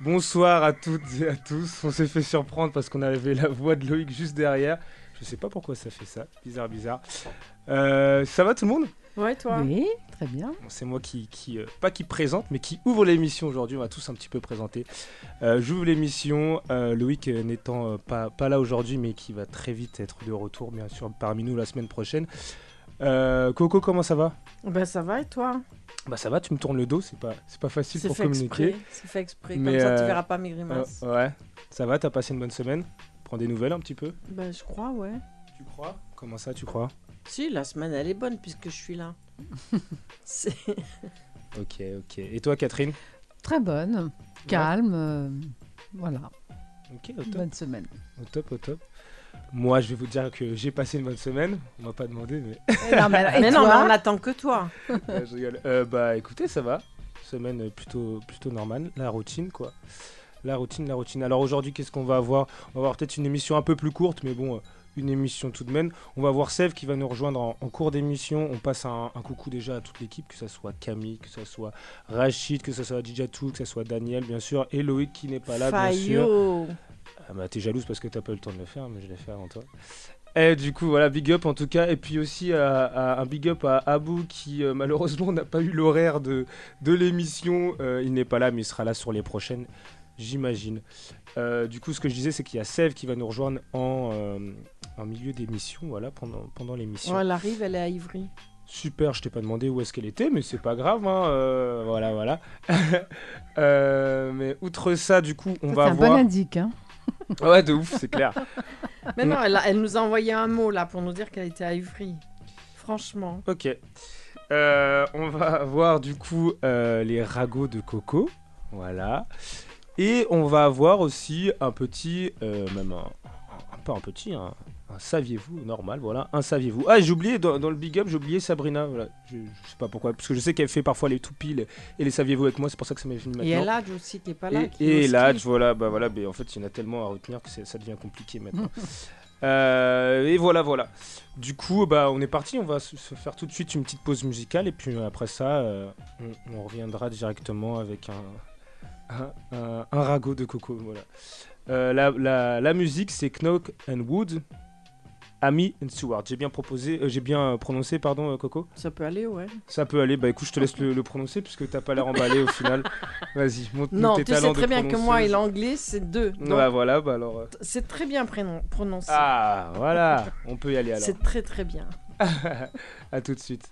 Bonsoir à toutes et à tous. On s'est fait surprendre parce qu'on avait la voix de Loïc juste derrière. Je sais pas pourquoi ça fait ça. Bizarre, bizarre. Euh, ça va tout le monde Ouais, toi Oui, très bien. Bon, C'est moi qui, qui, euh, pas qui présente, mais qui ouvre l'émission aujourd'hui. On va tous un petit peu présenter. Euh, J'ouvre l'émission. Euh, Loïc euh, n'étant euh, pas, pas là aujourd'hui, mais qui va très vite être de retour, bien sûr, parmi nous la semaine prochaine. Euh, Coco, comment ça va Bah ça va et toi Bah ça va, tu me tournes le dos, c'est pas, c'est pas facile C'est pour fait communiquer. exprès. C'est fait exprès. Mais, Comme ça, euh, tu verras pas mes Euh, grimaces. ouais, ça va, t'as passé une bonne semaine Prends des nouvelles un petit peu Bah je crois, ouais. Tu crois Comment ça, tu crois Si, la semaine, elle est bonne puisque je suis là. C'est- Ok, ok. Et toi, Catherine Très bonne, calme. euh, voilà, Ok, au top, bonne semaine. au top, au top. Moi, je vais vous dire que j'ai passé une bonne semaine. On m'a pas demandé, mais non, mais, mais non, mais on attend que toi. Euh, je rigole. Euh, bah, écoutez, ça va. Semaine euh, plutôt, plutôt normale. La routine, quoi. La routine, la routine. Alors aujourd'hui, qu'est-ce qu'on va avoir On va avoir peut-être une émission un peu plus courte, mais bon, euh, une émission tout de même. On va avoir Sèvres qui va nous rejoindre en, en cours d'émission. On passe un, un coucou déjà à toute l'équipe, que ça soit Camille, que ça soit Rachid, que ça soit Djatou, que ça soit Daniel, bien sûr, et Loïc qui n'est pas là, bien sûr. Fayot. Ah bah t'es jalouse parce que t'as pas eu le temps de le faire, mais je l'ai fait avant toi. Et du coup, voilà, big up en tout cas. Et puis aussi à- à- un big up à Abou qui euh, malheureusement n'a pas eu l'horaire de, de l'émission. Euh, il n'est pas là, mais il sera là sur les prochaines, j'imagine. Euh, du coup, ce que je disais, c'est qu'il y a Sèvres qui va nous rejoindre en, euh, en milieu d'émission, voilà, pendant, pendant l'émission. Ouais, elle arrive, elle est à Ivry. Super, je t'ai pas demandé où est-ce qu'elle était, mais c'est pas grave, hein, euh, voilà, voilà. Euh, mais outre ça, du coup, on C'est va un voir. bon indique. Hein. Ouais, de ouf, c'est clair. Mais Mm. non, elle, a- elle nous a envoyé un mot là pour nous dire qu'elle était à Ivry. Franchement. Ok. Euh, on va voir du coup euh, les ragots de coco. Voilà. Et on va avoir aussi un petit, euh, même un, un- pas un petit, un, un saviez-vous normal, voilà, un saviez-vous. Ah, j'ai oublié dans, dans le big up, j'ai oublié Sabrina, voilà, je, je sais pas pourquoi, parce que je sais qu'elle fait parfois les toupies les- et les saviez-vous avec moi, c'est pour ça que ça m'est venu maintenant. Et elle a aussi qui est pas là. Et- qui est Et, au ski. là, tu- voilà, bah voilà, mais en fait, il y en a tellement à retenir que c'est- ça devient compliqué maintenant. Euh, et voilà, voilà. Du coup, bah, on est parti. On va se se faire tout de suite une petite pause musicale et puis euh, après ça, euh, on, on reviendra directement avec un, un, un- un ragot de coco. Voilà. Euh, la, la- la musique, c'est Knock and Wood, Ami and Stewart. J'ai bien proposé, euh, j'ai bien euh, prononcé, pardon, euh, Coco. Ça peut aller, ouais. Ça peut aller. Bah écoute, je te laisse le, le prononcer puisque t'as pas l'air emballé au final. Vas-y, monte Non, tes tu talents sais de très bien que moi et prononceuse. l'anglais, c'est deux. Donc, Bah voilà, bah alors. euh. C'est très bien prénom- prononcé. Ah, voilà, on peut y aller alors. c'est très très bien. à tout de suite.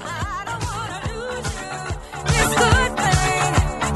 I don't wanna lose you. It's good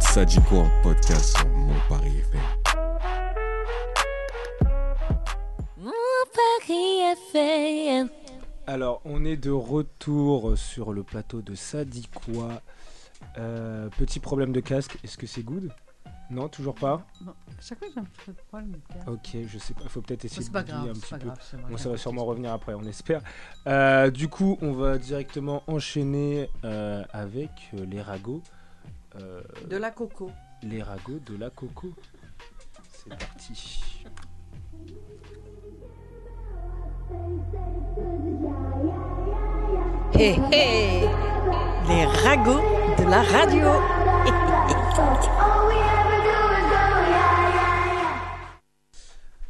Ça dit quoi en podcast sur Mon Paris FM Paris FM. Alors, on est de retour sur le plateau de Sadikwa. Euh, petit problème de casque, est-ce que c'est good Non, toujours pas Bon, à chaque fois, j'ai un petit peu de problème. de casque. Ok, je sais pas, faut peut-être essayer C'est de pas bouger grave, Ah, un c'est petit pas peu. grave. c'est moi Bon, qui ça ai va un sûrement petit- revenir après, on espère. Euh, du coup, on va directement enchaîner euh, avec euh, les ragots. Euh, De la coco. les ragots de la coco. C'est parti. Hé hé Les ragots de la radio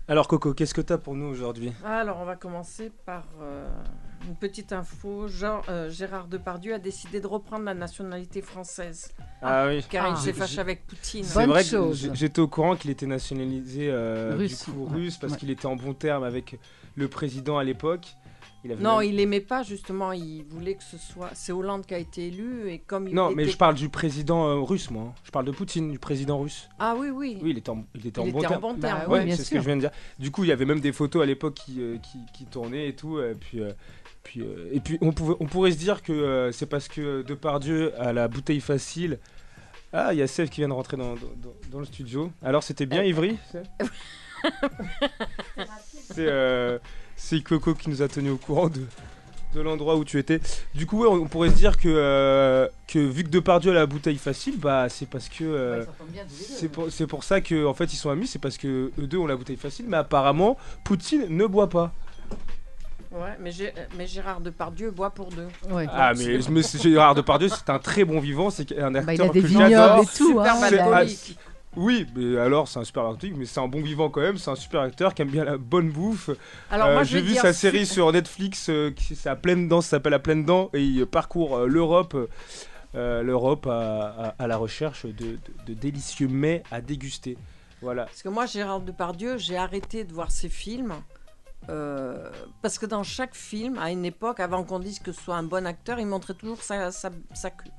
Alors, Coco, qu'est-ce que t'as pour nous aujourd'hui Alors, on va commencer par euh, une petite info. Jean- euh, Gérard Depardieu a décidé de reprendre la nationalité française Ah oui. car il Ah. s'est fâché avec Poutine. C'est Bonne vrai que chose. j'- j'étais au courant qu'il était nationalisé euh, Russe, du coup, ouais, russe parce ouais. qu'il était en bon terme avec le président à l'époque. Il avait Non, même- il aimait pas justement. Il voulait que ce soit. C'est Hollande qui a été élu et comme il. Non, mais était- je parle du président euh, russe, moi. hein. Je parle de Poutine, du président russe. Ah oui, oui. Oui, il était en, il était en il bon était en terme. bon Bah terme. ouais. Ouais, bien c'est ce que sûr. je viens de dire. Du coup, il y avait même des photos à l'époque qui, euh, qui, qui tournaient et tout. euh, puis, euh, puis, euh, et puis, on, pouvait, on pourrait se dire que euh, c'est parce que euh, Depardieu a la bouteille facile. Ah, il y a Sèvres qui vient de rentrer dans, dans- dans- dans le studio. Alors, c'était Euh, bien Ivry Sèvres C'est euh, c'est Coco qui nous a tenu au courant de, de l'endroit où tu étais. Du coup, ouais, on, on pourrait se dire que, euh, que vu que Depardieu a la bouteille facile, bah, c'est parce que. euh, Ouais, ils s'entendent bien tous les deux. hein. c'est pour, c'est pour ça que en fait ils sont amis, c'est parce que eux deux ont la bouteille facile, mais apparemment Poutine ne boit pas. Ouais, mais, Gé- mais Gérard Depardieu boit pour deux. Ouais. Ah mais je me suis Gérard Depardieu, c'est un très bon vivant, c'est un Bah, acteur il a des que j'adore. vignobles et tout. hein, Superbe C'est- il a- ah, alcoolique. Oui, mais alors c'est un super article, mais c'est un bon vivant quand même, c'est un super acteur qui aime bien la bonne bouffe. Alors Euh, moi, je j'ai vais vu dire sa série sur Netflix euh, qui c'est à pleine dent, ça s'appelle à pleine dent et il parcourt euh, l'Europe. euh, L'Europe à, à- à la recherche de, de- de délicieux mets à déguster. Voilà. Parce que moi, Gérard Depardieu, j'ai arrêté de voir ses films. euh, parce que dans chaque film, à une époque, avant qu'on dise que ce soit un bon acteur, il montrait toujours sa, sa, sa queue.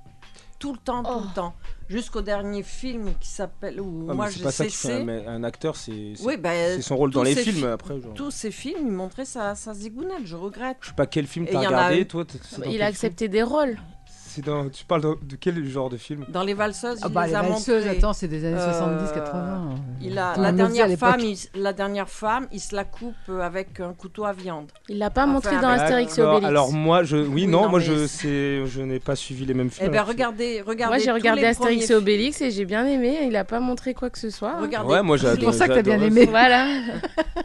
Tout le temps, tout le temps. Jusqu'au dernier film qui s'appelle. Où Ah, mais moi, c'est j'ai pas ça qui fait cessé. un, un acteur, c'est c'est- Oui, Euh, ben, C'est son rôle tous dans les ces films fi- après. Genre. tous ces films, il montrait sa, sa zigounette. Je regrette. Je sais pas quel film Et t'as il y en a regardé, un. toi. t'es- c'est dans Il quel a film accepté des rôles. C'est dans. Tu parles de, de quel genre de film Dans Les Valseuses, Ah il bah, les, les a valseuses, montrés. attends, c'est des années Euh, 70-80. euh, Il a, Attends, la, on le faisait à dernière l'époque. femme, il, s- la dernière femme, il se la coupe euh, avec un couteau à viande. Il l'a pas Enfin, montré dans avec- Astérix et D'accord, Obélix. Alors moi, je. Oui, Oui, non, non, moi mais je. c'est- sais- Je n'ai pas suivi les mêmes films. Eh ben, bien, alors que- regardez, regardez. Moi, tous j'ai regardé les Astérix et premiers Obélix et j'ai bien aimé. Il a pas montré quoi que ce soit. hein. films. Regardez, Ouais, moi C'est j'adore. pour ça que t'as bien j'adorais aimé. Voilà.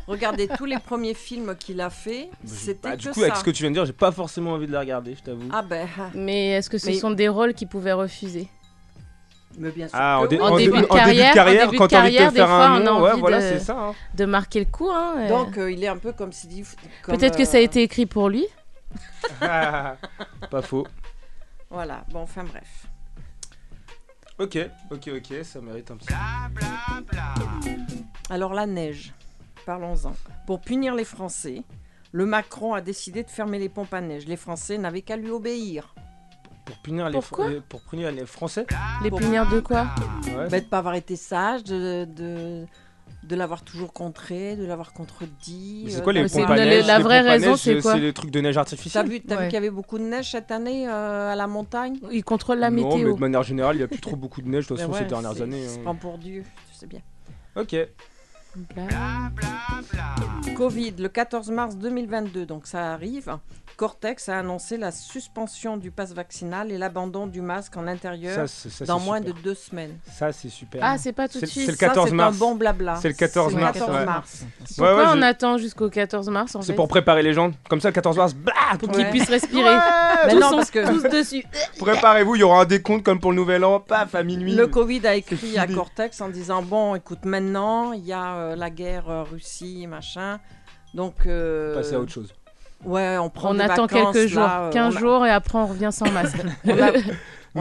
regardez tous les premiers films qu'il a fait, ça. c'était Bah, que du coup, ça. avec ce que tu viens de dire, j'ai pas forcément envie de la regarder, je t'avoue. Ah ben, Mais est-ce que ce Mais- sont des rôles qu'il pouvait refuser mais bien sûr. Ah, en, que dé- oui. en en dé- début de en début de carrière, carrière, en début quand de t'as envie de te carrière, des faire un fois, on a nom, ouais, envie voilà, de- c'est ça. hein. De marquer le coup, hein euh, Donc euh, il est un peu comme si dit. comme, Peut-être que ça a euh, été écrit pour lui. hein. pas faux. Voilà. Bon, enfin bref. Ok, ok, ok, ça mérite un petit. Alors la neige. Parlons-en. Pour punir les Français, le Macron a décidé de fermer les pompes à neige. Les Français n'avaient qu'à lui obéir. Ah, Pour punir les, Pourquoi les- pour punir les Français. Les Bon. punir de quoi Ouais. Bah, de pas avoir été sage, de, de, de l'avoir toujours contré, de l'avoir contredit. Mais c'est euh, quoi les c'est- pompes à le- neige la Les vraie pompes à raison, neige, c'est quoi C'est les trucs de neige T'as artificielle. vu, t'as vu Ouais. qu'il y avait beaucoup de neige cette année euh, à la montagne Ils contrôlent la non, mais météo. de manière générale, il n'y a plus trop beaucoup de neige de toute façon Ben ouais, ces dernières c'est- années. C'est hein. pas pour Dieu, tu sais bien. Ok. Là, Covid, le 14 mars 2022, donc ça arrive. Cortex a annoncé la suspension du pass vaccinal et l'abandon du masque en Ça, intérieur c'est- ça, dans c'est moins super. de deux semaines. Ça, c'est super. Ah, c'est pas tout de C'est- suite. c'est le Ça, 14 c'est mars. un bon blabla. C'est le 14 C'est mars, 14 ouais. mars. Ouais, Pourquoi ouais, on j'ai- attend jusqu'au 14 mars en c'est fait pour préparer les gens. Comme ça, bah, le 14 mars, blah, Pour Ouais. qu'ils puissent respirer. Bah tous, non, sont- parce que- tous dessus. Préparez-vous, il y aura un décompte comme pour le nouvel an, paf, à minuit. Le Covid a écrit fini. à Cortex en disant bon, écoute, maintenant il y a euh, la guerre euh, Russie, machin. Donc euh, Passer à autre chose. ouais, on prend On des attend vacances, quelques jours, là, euh, 15 on a- jours et après on revient sans masque. on a- on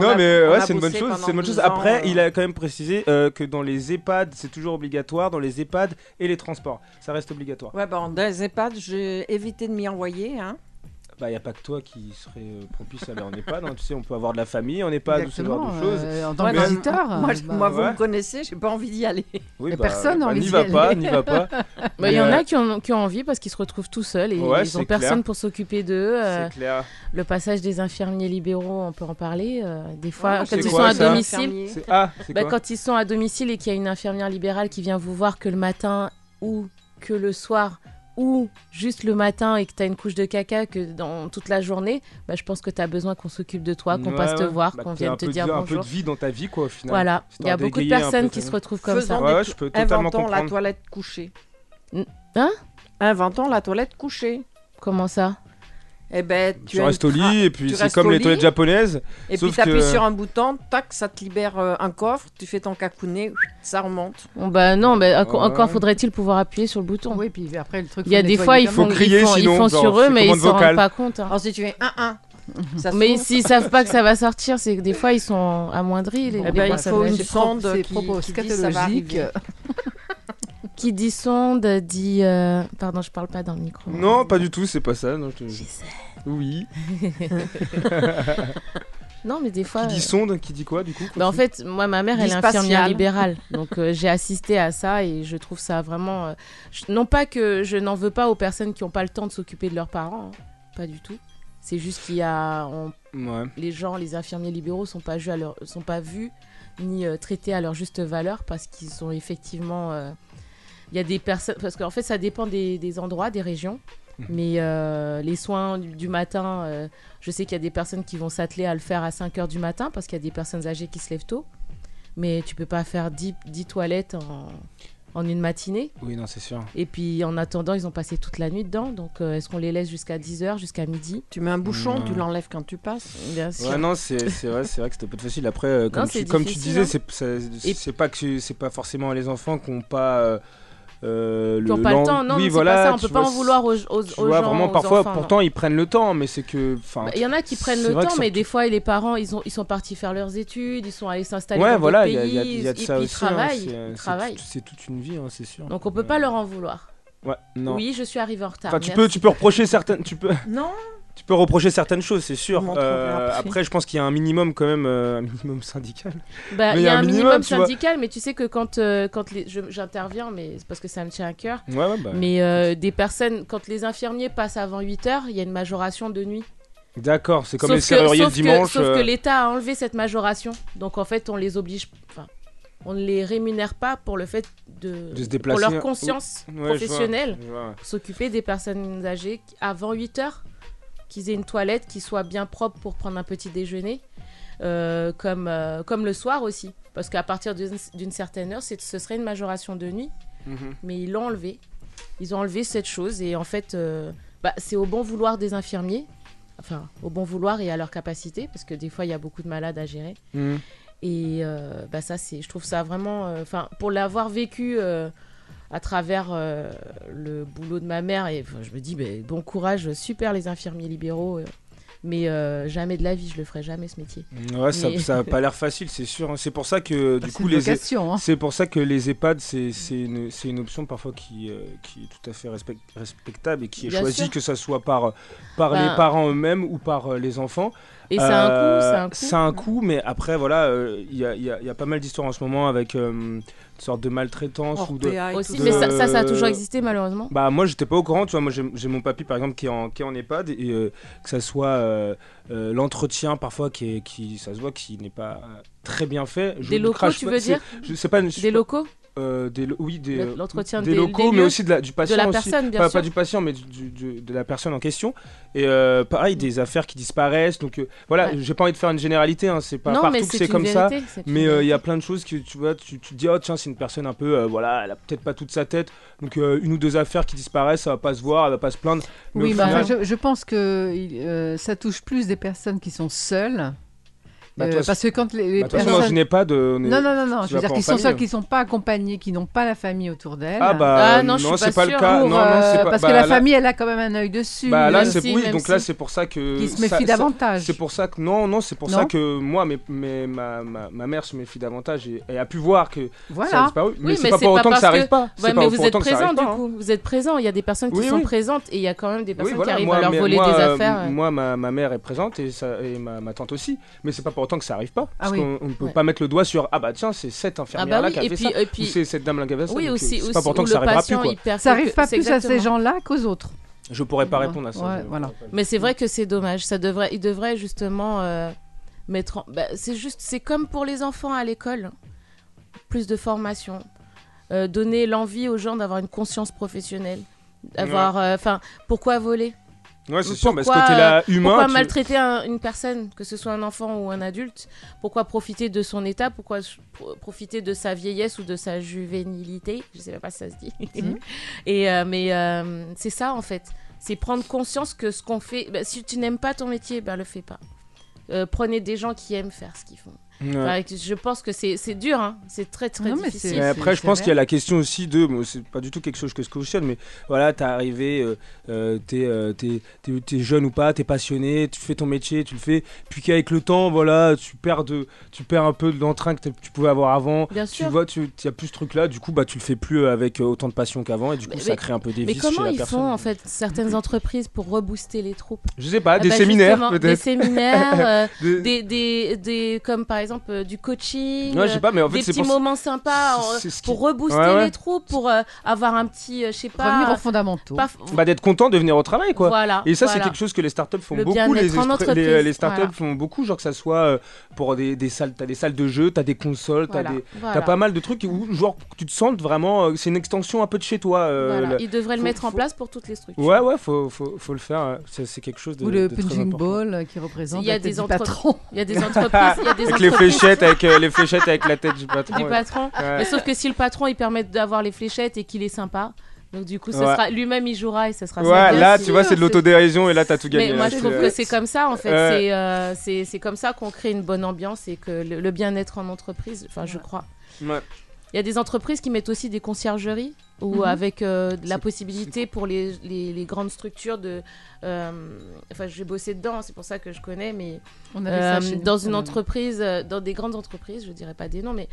non, a- mais on ouais, a c'est une bonne bossé chose. C'est une bonne pendant chose. 12 ans, Après, euh, il a quand même précisé euh, que dans les EHPAD, c'est toujours obligatoire. Dans les EHPAD ben, et les transports, ça reste obligatoire. Ouais, bon, dans les EHPAD, j'ai évité de m'y envoyer. Hein. Bah, il n'y a pas que toi qui serait euh, propice à aller en EHPAD. hein. Tu sais, on peut avoir de la famille en EHPAD, ou ce genre de Exactement, choses. euh, en tant Ouais, que non, visiteur, Ah, Moi, je- euh, bah, moi, vous ouais. me connaissez, j'ai pas envie d'y aller. Oui, bah, Mais personne a envie n'y d'y va aller. pas, n'y va pas. Bah, Il y en Mais, euh, a qui ont, qui ont envie parce qu'ils se retrouvent tout seuls et Ouais, ils c'est ont clair. personne pour s'occuper d'eux. euh, C'est clair. le passage des infirmiers libéraux, on peut en parler. euh, des fois, c'est quand ils quoi, sont à ça domicile, C'est- Ah, c'est Bah, quoi quand ils sont à domicile et qu'il y a une infirmière libérale qui vient vous voir que le matin ou que le soir ou juste le matin et que tu as une couche de caca que dans toute la journée, bah, je pense que tu as besoin qu'on s'occupe de toi, qu'on Ouais, passe te ouais. voir, Bah, qu'on que t'aies vienne un te peu de- dire un peu bonjour. de vie dans ta vie, quoi, au final. Voilà, il y a histoire beaucoup de d'égayer un peu personnes ta qui vie. se retrouvent comme Faisons ça. Ouais, des ouais, tou- je peux totalement Inventons la comprendre. toilette couchée. N- hein Inventons la toilette couchée. Comment ça Eh ben, tu, Tu restes au lit, et puis tu c'est restes comme au les lit. toilettes japonaises. Et sauf puis t'appuies que- sur un bouton, tac, ça te libère euh, un coffre, tu fais ton cacounet, ça remonte. Bon, bah, Non, mais enco- Ouais. encore faudrait-il pouvoir appuyer sur le bouton. Oui, puis après le truc. Il y a faut des nettoyer fois, ils quand font, même. ils crier, font- ils sinon, font genre, sur eux, c'est mais ils commande s'en rendent vocale. pas compte. hein. Ensuite tu fais 1-1. Ça se Mais trouve. s'ils savent pas que Ah, ça va sortir, c'est que des fois ils sont amoindris. Les, Bon, les Eh ben, il personnes faut âgées. une C'est sonde propre- c'est qui- propos qui dit ça va scatologiques. arriver. Qui dit sonde dit. euh, Pardon, je parle pas dans le micro. Non, pas du tout, c'est pas ça. Non, je te- J'y sais. Oui. Non, mais des fois. Qui dit euh, sonde, qui dit quoi, du coup bah, en fait, moi, ma mère, elle est Dyspatiale. infirmière libérale. Donc, euh, j'ai assisté à ça et je trouve ça vraiment. euh, je- Non pas que je n'en veux pas aux personnes qui n'ont pas le temps de s'occuper de leurs parents. hein, Pas du tout. C'est juste qu'il y a. on- Ouais. Les gens, les infirmiers libéraux sont pas, vus à leur... sont pas vus ni euh, traités à leur juste valeur parce qu'ils sont effectivement. euh, Il y a des personnes. Parce qu'en fait, ça dépend des, des endroits, des régions. Mais euh, les soins du, du matin, euh, je sais qu'il y a des personnes qui vont s'atteler à le faire à 5 heures du matin parce qu'il y a des personnes âgées qui se lèvent tôt. Mais tu peux pas faire 10, 10 toilettes en, en une matinée. Oui, non, c'est sûr. Et puis en attendant, ils ont passé toute la nuit dedans. Donc euh, est-ce qu'on les laisse jusqu'à 10 heures, jusqu'à midi Tu mets un bouchon, Non. tu l'enlèves quand tu passes. Bien sûr. Ouais, non, c'est c'est vrai, c'est vrai que c'était pas de facile. Après, euh, comme, Non, tu, c'est comme tu difficile, disais, hein. c'est- c'est Et- c'est pas que c'est- c'est pas forcément les enfants qui ont pas euh, euh, Qui n'ont pas l'en- le temps, non, oui, mais voilà, c'est pas ça, on tu peut pas vois, en vouloir aux, aux, Tu aux vois, gens, vraiment, aux parfois, enfants, non. pourtant, ils prennent le temps, mais c'est que, enfin, Bah, Il y en a qui prennent C'est le vrai que temps, mais surtout- des fois, et les parents, ils, ont, ils sont partis faire leurs études, ils sont allés s'installer ouais, dans voilà, il d'autres y a, il y a- pays, il y a de et ça puis ils aussi. hein, travaillent, c'est- ils c'est tout- travaillent. C'est toute une vie, hein, c'est sûr. Donc on peut pas leur en vouloir. Ouais, non. Oui, je suis arrivée en retard. Enfin, tu merci. peux, tu peux reprocher certaines, tu peux, Non tu peux reprocher certaines choses, c'est sûr. Euh, On en trouvera après. après, je pense qu'il y a un minimum quand même, euh, un minimum syndical. Bah, Mais il y a un minimum, minimum, tu vois. syndical, mais tu sais que quand, euh, quand les- je- j'interviens, mais c'est parce que ça me tient à cœur, Ouais, ouais, bah. mais euh, des personnes, quand les infirmiers passent avant 8 heures, il y a une majoration de nuit. D'accord, c'est comme Sauf les que- serruriers le sauf que- dimanche. sauf euh, que l'État a enlevé cette majoration. Donc en fait, on les oblige. Enfin, on ne les rémunère pas pour le fait de. De se déplacer. Pour leur conscience Ouais, je vois, professionnelle, je vois, ouais. pour s'occuper des personnes âgées qui- avant 8 heures, qu'ils aient une toilette qui soit bien propre pour prendre un petit déjeuner, euh, comme, euh, comme le soir aussi. Parce qu'à partir d'une d'une certaine heure, c'est- ce serait une majoration de nuit, Mhm. mais ils l'ont enlevé. Ils ont enlevé cette chose et en fait, euh, bah, c'est au bon vouloir des infirmiers, enfin au bon vouloir et à leur capacité, parce que des fois, il y a beaucoup de malades à gérer. Mhm. Et euh, bah ça, c'est, je trouve ça vraiment. euh, Enfin, pour l'avoir vécu euh, à travers euh, le boulot de ma mère, et enfin, je me dis, ben, bon courage, super les infirmiers libéraux. euh, mais euh, jamais de la vie, je le ferai jamais ce métier. Ouais, ça, Mais- ça a pas l'air facile, c'est sûr. hein. C'est pour ça que du C'est coup une les vocation, hein. c'est pour ça que les EHPAD c'est c'est une, c'est une option parfois qui euh, qui est tout à fait respect- respectable et qui est Bien choisie sûr. que ça soit par par Ben- les parents eux-mêmes ou par euh, les enfants. Et ça a un Euh, coût, ça a un coût. ça a un coût, mais après voilà, euh, il y, a, il y a- il y a pas mal d'histoires en ce moment avec euh, une sorte de maltraitance ou de Orpea et Aussi, tout mais de- ça, ça, ça a toujours existé malheureusement. Bah moi j'étais pas au courant, tu vois, moi j'ai j'ai mon papy par exemple qui est en, qui est en EHPAD et euh, que ça soit euh, euh, l'entretien parfois qui, est, qui ça se voit qui n'est pas euh, très bien fait. Je Des ne locaux, crache tu pas- veux c'est- dire Je sais pas, je suis Des pas- locaux euh, des lo- oui des euh, Le- l'entretien des des- locaux des mais lieux, aussi de la, du De patient la aussi. personne, bien Pas, sûr. pas du patient, mais du- du- de la personne en question. Et euh, pareil, des affaires qui disparaissent. Donc euh, voilà, Mm. Ouais. j'ai pas envie de faire une généralité. hein, c'est pas non, mais partout que c'est c'est une comme ça. vérité, c'est une Mais euh, il y a vérité. plein de choses que tu vois, tu, tu te dis, oh tiens, c'est une personne un peu, euh, voilà, elle a peut-être pas toute sa tête, donc euh, une ou deux affaires qui disparaissent, ça va pas se voir, elle va pas se plaindre. Mais Oui, au bah, final- je, je pense que il- euh, ça touche plus des personnes qui sont seules Bah, Euh, toi, parce que quand les, les Bah, de toute façon, moi, je personnes... n'ai pas de. non, non, non, non, tu je vas veux dire pas en qu'ils sont famille. celles qui sont pas accompagnées, qui n'ont pas la famille autour d'elles. Ah bah Ah, non, non, je suis c'est pas pas le sûre. cas. Pour, non, non, euh, c'est pas. parce bah, que la là- famille, elle a quand même un œil dessus. Bah là, même c'est si, oui, même donc là si. c'est pour ça que qui se ça- méfie ça- Ah, davantage. C'est pour ça que non, non, c'est pour ça Non que moi, mes, mes- ma, ma, ma mère se méfie davantage et, et a pu voir que ça a Voilà. disparu. mais Oui, c'est mais pas c'est pour pas autant que parce ça que- arrive pas. Ouais, C'est mais pas vous pour êtes autant que ça présent arrive du pas. hein. coup, vous êtes présent. Il y a des personnes qui Oui, sont oui. présentes et il y a quand même des personnes voilà, qui arrivent moi, à leur mais- voler moi, des euh, affaires. euh. Moi, ma, ma mère est présente et, ça, et ma, ma tante aussi, mais c'est pas pour autant que ça arrive pas. parce oui. qu'on on ne peut Ah Ouais. pas mettre le doigt sur ah bah tiens, c'est cette Ah infirmière bah là oui, qui a et fait puis, ça. et Ou puis c'est cette dame là qui a fait ça. oui donc, euh, aussi, c'est aussi pas pour autant où que ça le arrivera plus patient quoi. il perd. Ça arrive pas plus à ces exactement. gens-là qu'aux autres. Je pourrais pas répondre à ça. Ouais, je- voilà. Mais c'est vrai que c'est dommage. Ça devrait, il devrait justement euh, mettre. En... bah, c'est juste, c'est comme pour les enfants à l'école, plus de formation, Euh, donner l'envie aux gens d'avoir une conscience professionnelle, avoir, enfin, pourquoi voler Ouais, c'est sûr, mais ce Pourquoi, euh, côté-là Pourquoi humain. tu- maltraiter un- une personne, que ce soit un enfant ou un adulte Pourquoi profiter de son état Pourquoi s- pro- profiter de sa vieillesse ou de sa juvénilité Je sais même pas si ça se dit. Mhm. Et euh, mais euh, c'est ça en fait. C'est prendre conscience que ce qu'on fait. bah, si tu n'aimes pas ton métier, ben le fais pas. Euh, prenez des gens qui aiment faire ce qu'ils font. Ouais. Enfin, je pense que c'est c'est dur, hein. c'est très très Non, mais difficile. c'est- Mais après, je pense vrai. qu'il y a la question aussi de. bon, c'est pas du tout quelque chose que je cautionne, mais voilà, t'es arrivé, euh, euh, t'es, euh, t'es- t'es- t'es jeune ou pas, t'es passionné, tu fais ton métier, tu le fais. Puis qu'avec le temps, voilà, tu perds, de, tu perds un peu de l'entrain que t'as- tu pouvais avoir avant. Bien Tu sûr. vois, tu y a plus ce truc-là, du coup, bah, tu le fais plus avec euh, autant de passion qu'avant, et du coup, Mais- ça mais- crée un peu des Mais vices chez comment la ils personne. font en fait certaines entreprises pour rebooster les troupes Je sais pas, Ah des bah, séminaires justement, Des peut-être. séminaires, euh, Des- des, des, des- comme par exemple euh, du coaching, Ouais, je sais euh, pas, mais en fait, des c'est petits pour ça- moments sympas c'est- euh, c'est ce qui- pour rebooster Ouais, ouais. les troupes, pour euh, avoir un petit, euh, je sais pas, Revenir aux fondamentaux. pas- bah, d'être content de venir au travail, quoi. Voilà. Et ça, voilà. c'est quelque chose que les startups font Le beaucoup. bien-être Les, en espr- entreprise, les, les startups voilà. font beaucoup, genre que ça soit euh, pour des, des salles, t'as des salles de jeu, t'as des consoles, Voilà, t'as des, voilà, t'as pas mal de trucs où genre tu te sens vraiment, euh, c'est une extension un peu de chez toi. euh, voilà. la- Ils devraient le faut- mettre en faut- place pour toutes les structures. Ouais, ouais, faut, faut, faut le faire. euh, C'est, c'est quelque chose de. Ou le de très punching important. ball euh, qui représente Il y a la tête des du entre- patron. Il y a des entreprises, il y a des Avec les entreprises fléchettes, avec euh, les fléchettes avec la tête du patron. du ouais. patron. Ouais. Mais sauf que si le patron il permet d'avoir les fléchettes et qu'il est sympa, donc du coup, ce Ouais. sera lui-même il jouera et ce sera. Ouais, sympa. là, bien tu vois, sûr, c'est de l'autodérision et là, t'as tout gagné. Mais là, moi, je c'est, trouve euh, que c'est comme ça, en fait. Ouais. C'est, euh, C'est c'est comme ça qu'on crée une bonne ambiance et que le, le bien-être en entreprise, enfin, je crois. ouais. Il y a des entreprises qui mettent aussi des conciergeries ou Mhm. avec euh, de la C'est- possibilité pour les, les, les grandes structures de. euh, Enfin, j'ai bossé dedans, c'est pour ça que je connais, mais On avait ça euh, chez nous, dans quand une même. entreprise, euh, dans des grandes entreprises, je dirais pas des noms, mais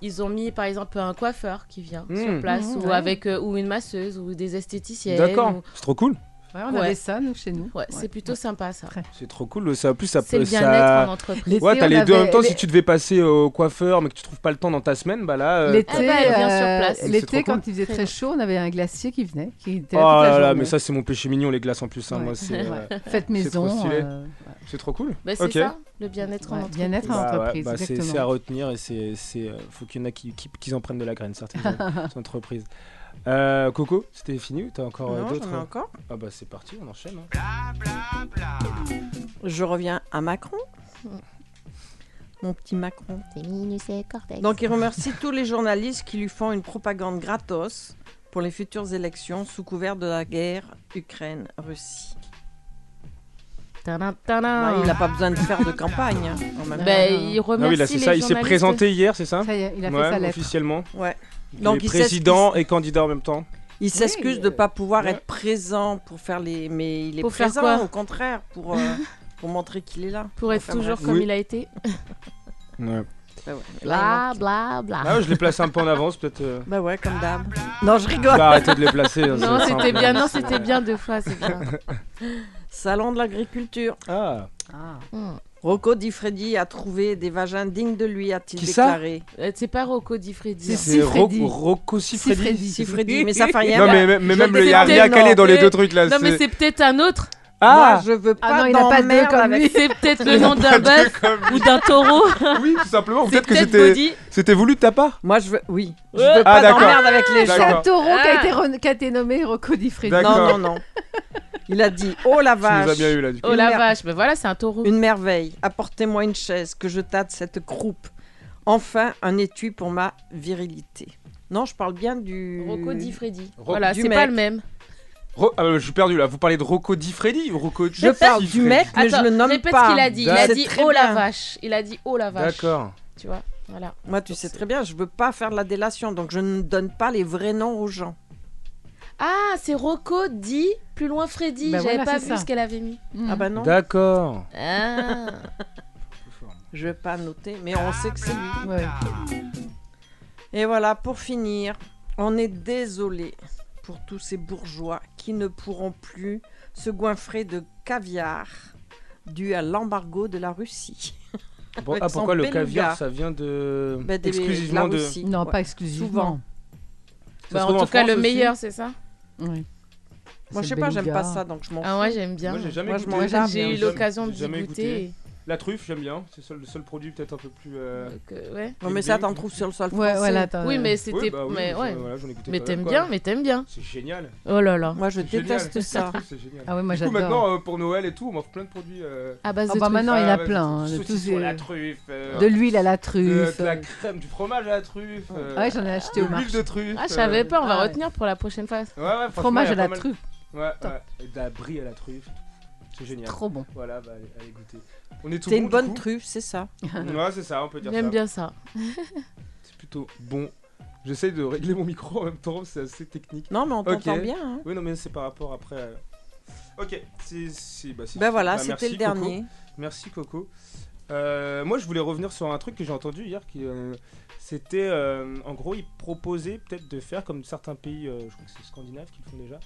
ils ont mis par exemple un coiffeur qui vient Mmh. sur place Mmh, ou ouais. avec euh, ou une masseuse ou des esthéticiennes. D'accord, ou- c'est trop cool. Ouais, on Ouais. avait ça, nous, chez nous. Ouais, c'est plutôt sympa ça. Très- C'est trop cool. Ça, en plus, ça peut. C'est le ça- bien-être en entreprise. L'été, Ouais, t'as on les deux en avait- même temps. l'é- Si tu devais passer au coiffeur, mais que tu trouves pas le temps dans ta semaine, bah là. euh, L'été, Ah bah, elle vient sur euh, place. C'est l'été, trop cool. quand il faisait Très très bien. chaud, on avait un glacier qui venait, qui était Oh là toute la là là, journée. mais ça, c'est mon péché mignon, les glaces en plus. hein, Ouais. Moi, c'est. euh, Faites maison. trop stylé. euh, C'est trop cool. Bah, c'est Ok. ça, le bien-être ouais, en entreprise. bien-être en Bah ouais, entreprise, bah, c'est- c'est à exactement. retenir et c'est c'est, euh, faut qu'il y en a qui, qui, qu'ils en prennent de la graine certaines en- entreprises. Euh, Coco, c'était fini ou t'as encore euh, Non, d'autres j'en ai encore. Ah bah c'est parti, on enchaîne. hein. Je reviens à Macron. Mon petit Macron. Donc il remercie tous les journalistes qui lui font une propagande gratos pour les futures élections sous couvert de la guerre Ukraine-Russie. Tadam, Bah, tadam. il n'a pas besoin de faire de campagne. hein, en même Bah, temps. il Ah remercie oui, là c'est les ça, il s'est journalistes. présenté hier, c'est ça, Ça y est, il a fait Ouais, sa lettre. officiellement. Ouais. Donc, Donc, il est il sait ce président et candidat en même temps. Il s'excuse Oui, de ne pas pouvoir ouais. être présent pour faire les. Mais il est ben. Pour faire présent, quoi au contraire, pour, euh, pour montrer qu'il est là. Pour être Enfin, toujours bref. comme Oui. il a été. Ouais. Bah ouais, Bla, bla, bla. Ah, ouais, je l'ai placé un peu en avance peut-être. euh, bah ouais, comme d'hab. Ah. Non, je Je rigole. vais arrêter de les placer. hein, Non, c'est c'était simple. bien, non, c'était bien deux fois, c'est bien. Salon de l'agriculture. Ah, Ah. Hmm. Rocco Di Freddi a trouvé des vagins dignes de lui, a-t-il Qui ça déclaré. Euh, C'est pas Rocco Di Freddi. C'est hein. c'est Ro- Sifredi. Rocco Sifredi. Sifredi. Si Freddi, mais ça fait rien. Non mais, mais- mais Je même le il n'y a déteste, rien calé non. dans les Et- deux trucs là. Non, mais c'est- c'est peut-être un autre. Moi, Ah je veux Ah pas non, il n'a pas deux d'emmerde comme avec- lui. C'est peut-être le nom d'un bœuf ou d'un taureau. Oui, tout simplement. C'est Peut-être que peut-être c'était Body. c'était voulu de ta part. Moi, je veux. Oui. Je Ouais. veux Ah, pas d'accord. d'emmerde avec les C'est D'accord. gens. un taureau qui, Ah. a été re- qui a été nommé Rocco Di Freddi. D'accord. Non, non, non. Il a dit Oh la Tu nous as vache bien eu là du coup. Oh la Merde. vache, mais voilà, c'est un taureau. Une merveille. Apportez-moi une chaise, que je tâte cette croupe. Enfin, un étui pour ma virilité. Non, je parle bien du. Rocco Di Freddi. Rocco Voilà, du c'est mec. pas le même. Ro- ah, je suis perdu là, vous parlez de Rocco Di Freddy ou Rocco Je parle du Freddy mec, mais Attends, je le nomme répète pas. ce qu'il a dit. Il a D'accord. dit C'est très oh la bien. vache. Il a dit oh la vache. D'accord. Tu vois, voilà. Moi, tu sais très bien, je veux pas faire de la délation, donc je ne donne pas les vrais noms aux gens. Ah, c'est Rocco dit plus loin Freddy. Bah J'avais voilà, pas c'est vu ça. ce qu'elle avait mis. Mm. Ah bah non, D'accord. Ah. je vais pas noter, mais on sait que c'est lui. Ouais. Et voilà, pour finir, on est désolé pour tous ces bourgeois qui ne pourront plus se goinfrer de caviar dû à l'embargo de la Russie. Bon, Avec ah, son pourquoi le beluga. caviar ça vient de. Bah, Ben, des- exclusivement la de. Russie, Non, ouais. pas exclusivement. Souvent. Ça se Bah, en trouve tout cas, France le aussi meilleur, c'est ça Oui. Moi, je C'est sais pas, le j'aime beluga. pas ça, donc je m'en fous. Ah ouais, j'aime bien. Moi, j'ai jamais Moi, je goûté. m'en Moi, J'aime j'ai bien. eu J'ai l'occasion jamais- d'y jamais goûter. goûté. La truffe, j'aime bien. C'est seul- le seul produit peut-être un peu plus. euh, Donc, euh, ouais. Non, mais ça, t'en trouves sur le sol Ouais, français. voilà, t'as- Oui, mais c'était. oui, bah oui, mais ça, ouais. voilà, j'en ai goûté Mais pas mal, t'aimes quoi. bien, mais t'aimes bien. C'est génial. Oh là là. Moi, je C'est génial. déteste ça. C'est génial. Ah oui, moi du coup, j'adore. maintenant, euh, pour Noël et tout, on m'offre plein de produits. euh, À base Ah de bah trucs. maintenant, il y en ah, a ouais, plein. hein, de tous Saucisson à ces- la truffe. euh, De l'huile à la de, truffe. Ah de la crème, du fromage à la truffe. euh, Ouais, j'en ai acheté de au l'huile marché. de truffe. Ah, je savais pas, on va Ah ouais. retenir pour la prochaine fois. euh, ouais, ouais, franchement, il Fromage y a à la pas mal- truffe. Ouais, Top. ouais. Et de la brie à la truffe. C'est génial. Trop bon. Voilà, bah, allez, allez goûter. On est tout T'es bon, une du bonne coup truffe, c'est ça. Ouais, c'est ça, on peut dire ça. J'aime bien ça. C'est plutôt bon. J'essaye de régler mon micro en même temps, c'est assez technique. Non, mais on Ok. t'entend bien. hein. Oui, non, mais c'est par rapport après. euh, Ok, c'est. c'est- bah, c'est- Ben voilà, bah, merci, c'était le Coco. dernier. Merci Coco. Euh, moi, je voulais revenir sur un truc que j'ai entendu hier, qui euh, c'était, euh, en gros, ils proposaient peut-être de faire comme certains pays, euh, je crois que c'est scandinave qui le font déjà,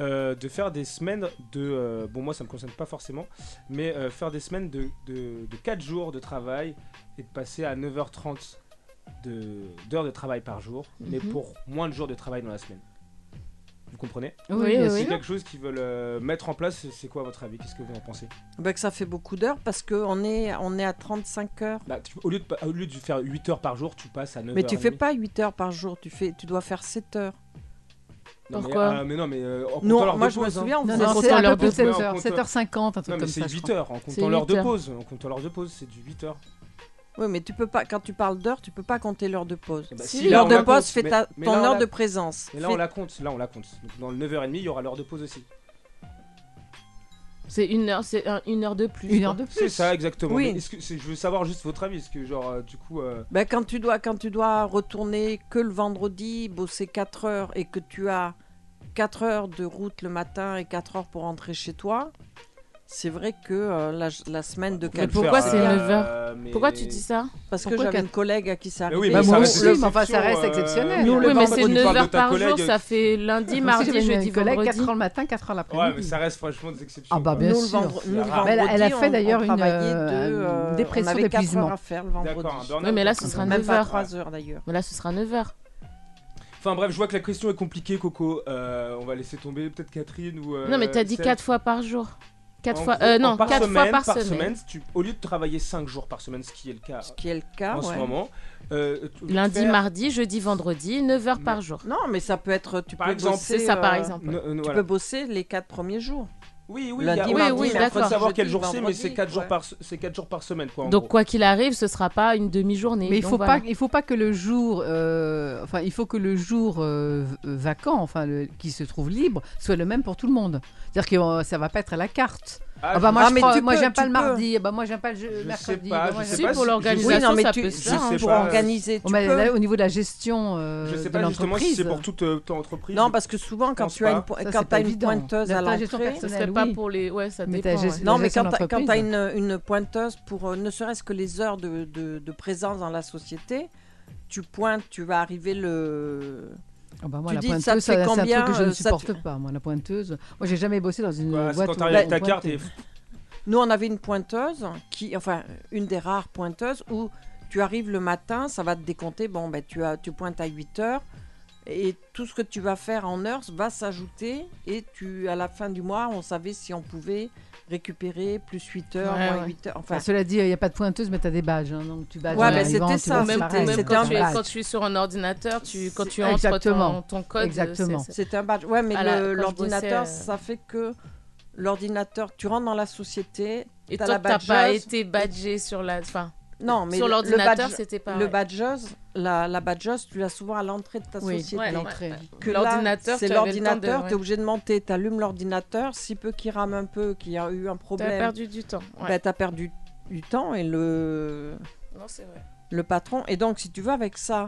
euh, de faire des semaines de, euh, bon, moi, ça me concerne pas forcément, mais euh, faire des semaines de, de, 4 jours de travail et de passer à 9h30 de- d'heures de, travail par jour, mais Mhm. pour moins de jours de travail dans la semaine. Vous comprenez Oui, bien oui, sûr. C'est quelque chose qu'ils veulent euh, mettre en place. C'est quoi votre avis Qu'est-ce que vous en pensez Ben que ça fait beaucoup d'heures parce qu'on est, on est à 35 heures. Bah, tu- au, lieu de, pa- au lieu de faire 8 heures par jour, tu passes à 9 Mais heures tu et fais demie. pas 8 heures par jour, tu, fais, tu dois faire 7 heures. Non, mais, Pourquoi euh, mais, non, mais euh, en comptant Non, l'heure moi de je me pause, hein. souviens, on Non, faisait non, comptant c'est un peu l'heure de plus de pause, 7 ouais, on heures. compte- 7h50, un truc Non, mais comme c'est ça. 8 heures, en comptant C'est l'heure de 8 heures. pause. En comptant l'heure de pause, c'est du 8 heures. Oui, mais tu peux pas, quand tu parles d'heure, tu peux pas compter l'heure de pause. Eh ben, Si, si, là, l'heure on de la pause compte, fait mais- ta- mais là, ton on heure la- de présence. Et là, on la compte. Là, on la compte. Donc, dans le 9h30, il y aura l'heure de pause aussi. C'est une heure, c'est un- une heure de plus. Une quoi. heure de C'est plus. ça, exactement. Oui. Mais est-ce que, c'est- je veux savoir juste votre avis. Est-ce que, genre, euh, du coup. euh, Ben, quand, tu dois, quand tu dois retourner que le vendredi, bosser 4 heures et que tu as 4 heures de route le matin et 4 heures pour rentrer chez toi, c'est vrai que euh, la, la semaine de on peut le 4 pourquoi faire, c'est euh, 9 mais- Pourquoi tu dis ça Parce que pourquoi j'avais quatre- une collègue à qui ça Mais arrivait. Eh oui, Bah, mais ça moi reste aussi, une mais enfin, ça exception, reste euh, exceptionnel. nous, Oui, le Oui, mais c'est vendredi, tu 9 parles de heures ta par jour, collègue. ça fait Moi aussi, lundi, mardi, j'avais une jeudi, collègue, vendredi. 4 heures le matin, 4 heures Ouais, mais l'après-midi. ça reste franchement des exceptions. Ah bah quoi. bien nous, sûr. Le vendre- nous, le Mais vendredi, elle a- elle a on- fait d'ailleurs on une, travaillait euh, de, une euh, dépression on avait quatre d'épuisement. heures à faire le vendredi. D'accord, hein, un burn-out. Ouais, mais là, ce sera Même 9 pas heures. 3 heures d'ailleurs. Mais là, ce sera 9 heures. Enfin bref, je vois que la question est compliquée, Coco. Euh, on va laisser tomber peut-être Catherine ou. euh, Non, mais t'as dit Estelle. 4 fois par jour. 4 En fois. gros, en- euh, non, par 4 fois semaine, par semaine. tu- au lieu de travailler 5 jours par semaine, ce qui est le cas Ce qui est le cas, en ce ouais. moment. euh, tu- Lundi, faire- mardi, jeudi, vendredi, 9 heures Mais- par jour. Non, mais ça peut être. Tu Par peux exemple. bosser, C'est ça, par euh, exemple. Ne- euh, Tu voilà. peux bosser les quatre premiers jours. Oui, oui, Lundi, il y a- mardi, Oui, oui, mercredi, faut savoir jeudi, quel jour c'est, mais vendredi, c'est 4 jours ouais. par se- c'est quatre jours par semaine, quoi. en Donc, gros. quoi qu'il arrive, ce sera pas une demi-journée. Mais il Donc, faut voilà. pas, il faut pas que le jour, euh, enfin, il faut que le jour euh, v- euh, vacant, enfin, le- qui se trouve libre, soit le même pour tout le monde. C'est-à-dire que euh, ça va pas être à la carte. Ah, bah je- moi, Ah, je mais prends- tu moi peux, j'aime pas tu le peux. mardi, eh ben moi j'aime pas le je- je sais mercredi. pas, ben je moi, sais Si, j'aime- pas pour je- l'organisation, oui, non, mais ça tu- peut je se sais faire. hein. pas. Pour euh, organiser, Oh, tu mais là, peux. au niveau de la gestion euh, Je sais de pas justement si l'entreprise, c'est pour toute euh, ton entreprise. Non, parce que souvent, quand pense tu as pas. une, po- Ça, quand c'est pas t'as une évident. pointeuse à Dans ta gestion l'entrée. Ce personnelle, serait pas oui. pour les. Ouais, ça Mais dépend. t'as ouais. juste- Non, mais gestion quand t'as- quand d'entreprise. t'as une, une pointeuse pour euh, ne serait-ce que les heures de, de- de présence dans la société, tu pointes, tu vas arriver le. Ah bah moi, Tu la dis, pointeuse, ça te ça- fait c'est un combien, truc que je ne euh, ça te- supporte pas. Moi, la pointeuse, moi, j'ai jamais bossé dans une Quoi, c'est boîte. quand où t'arrives avec on ta pointe. carte et Nous, on avait une pointeuse, qui, enfin, une des rares pointeuses, où tu arrives le matin, ça va te décompter, bon, ben, tu, as, tu pointes à 8 heures, et tout ce que tu vas faire en heures va s'ajouter, et tu, à la fin du mois, on savait si on pouvait récupérer plus 8 heures, Ouais, moins ouais. 8 heures, enfin, Enfin, cela dit, il n'y a pas de pointeuse, mais tu as des badges. hein, donc tu badges Ouais, en mais arrivant, c'était tu ça, vois, Ou c'est Même, pareil, ou même quoi, c'était tu quand, un tu es, badges. quand tu es sur un ordinateur, tu, quand tu C'est- entres Exactement. ton, ton code. Exactement. c'est- c'est- c'est un badge. Ouais, mais À le- la- Ah quand je l'ordinateur, bossais, euh, ça fait que l'ordinateur, tu rentres dans la société, Et T'as tant la que t'as pas badgeuse. été badgé sur la. Enfin, non, mais sur le- le l'ordinateur, badge- c'était pas. le ouais. badgeuse, la, la badgeuse, tu l'as souvent à l'entrée de ta Oui, société. Ouais, l'entrée. Que là, L'ordinateur, c'est tu avais le temps l'ordinateur, de- tu es obligé de monter, tu allumes l'ordinateur, si peu qu'il rame un peu, qu'il y a eu un T'as problème, perdu du temps. ouais. bah, t'as perdu du temps et le, Non, c'est vrai. le patron. Et donc, si tu veux, avec ça,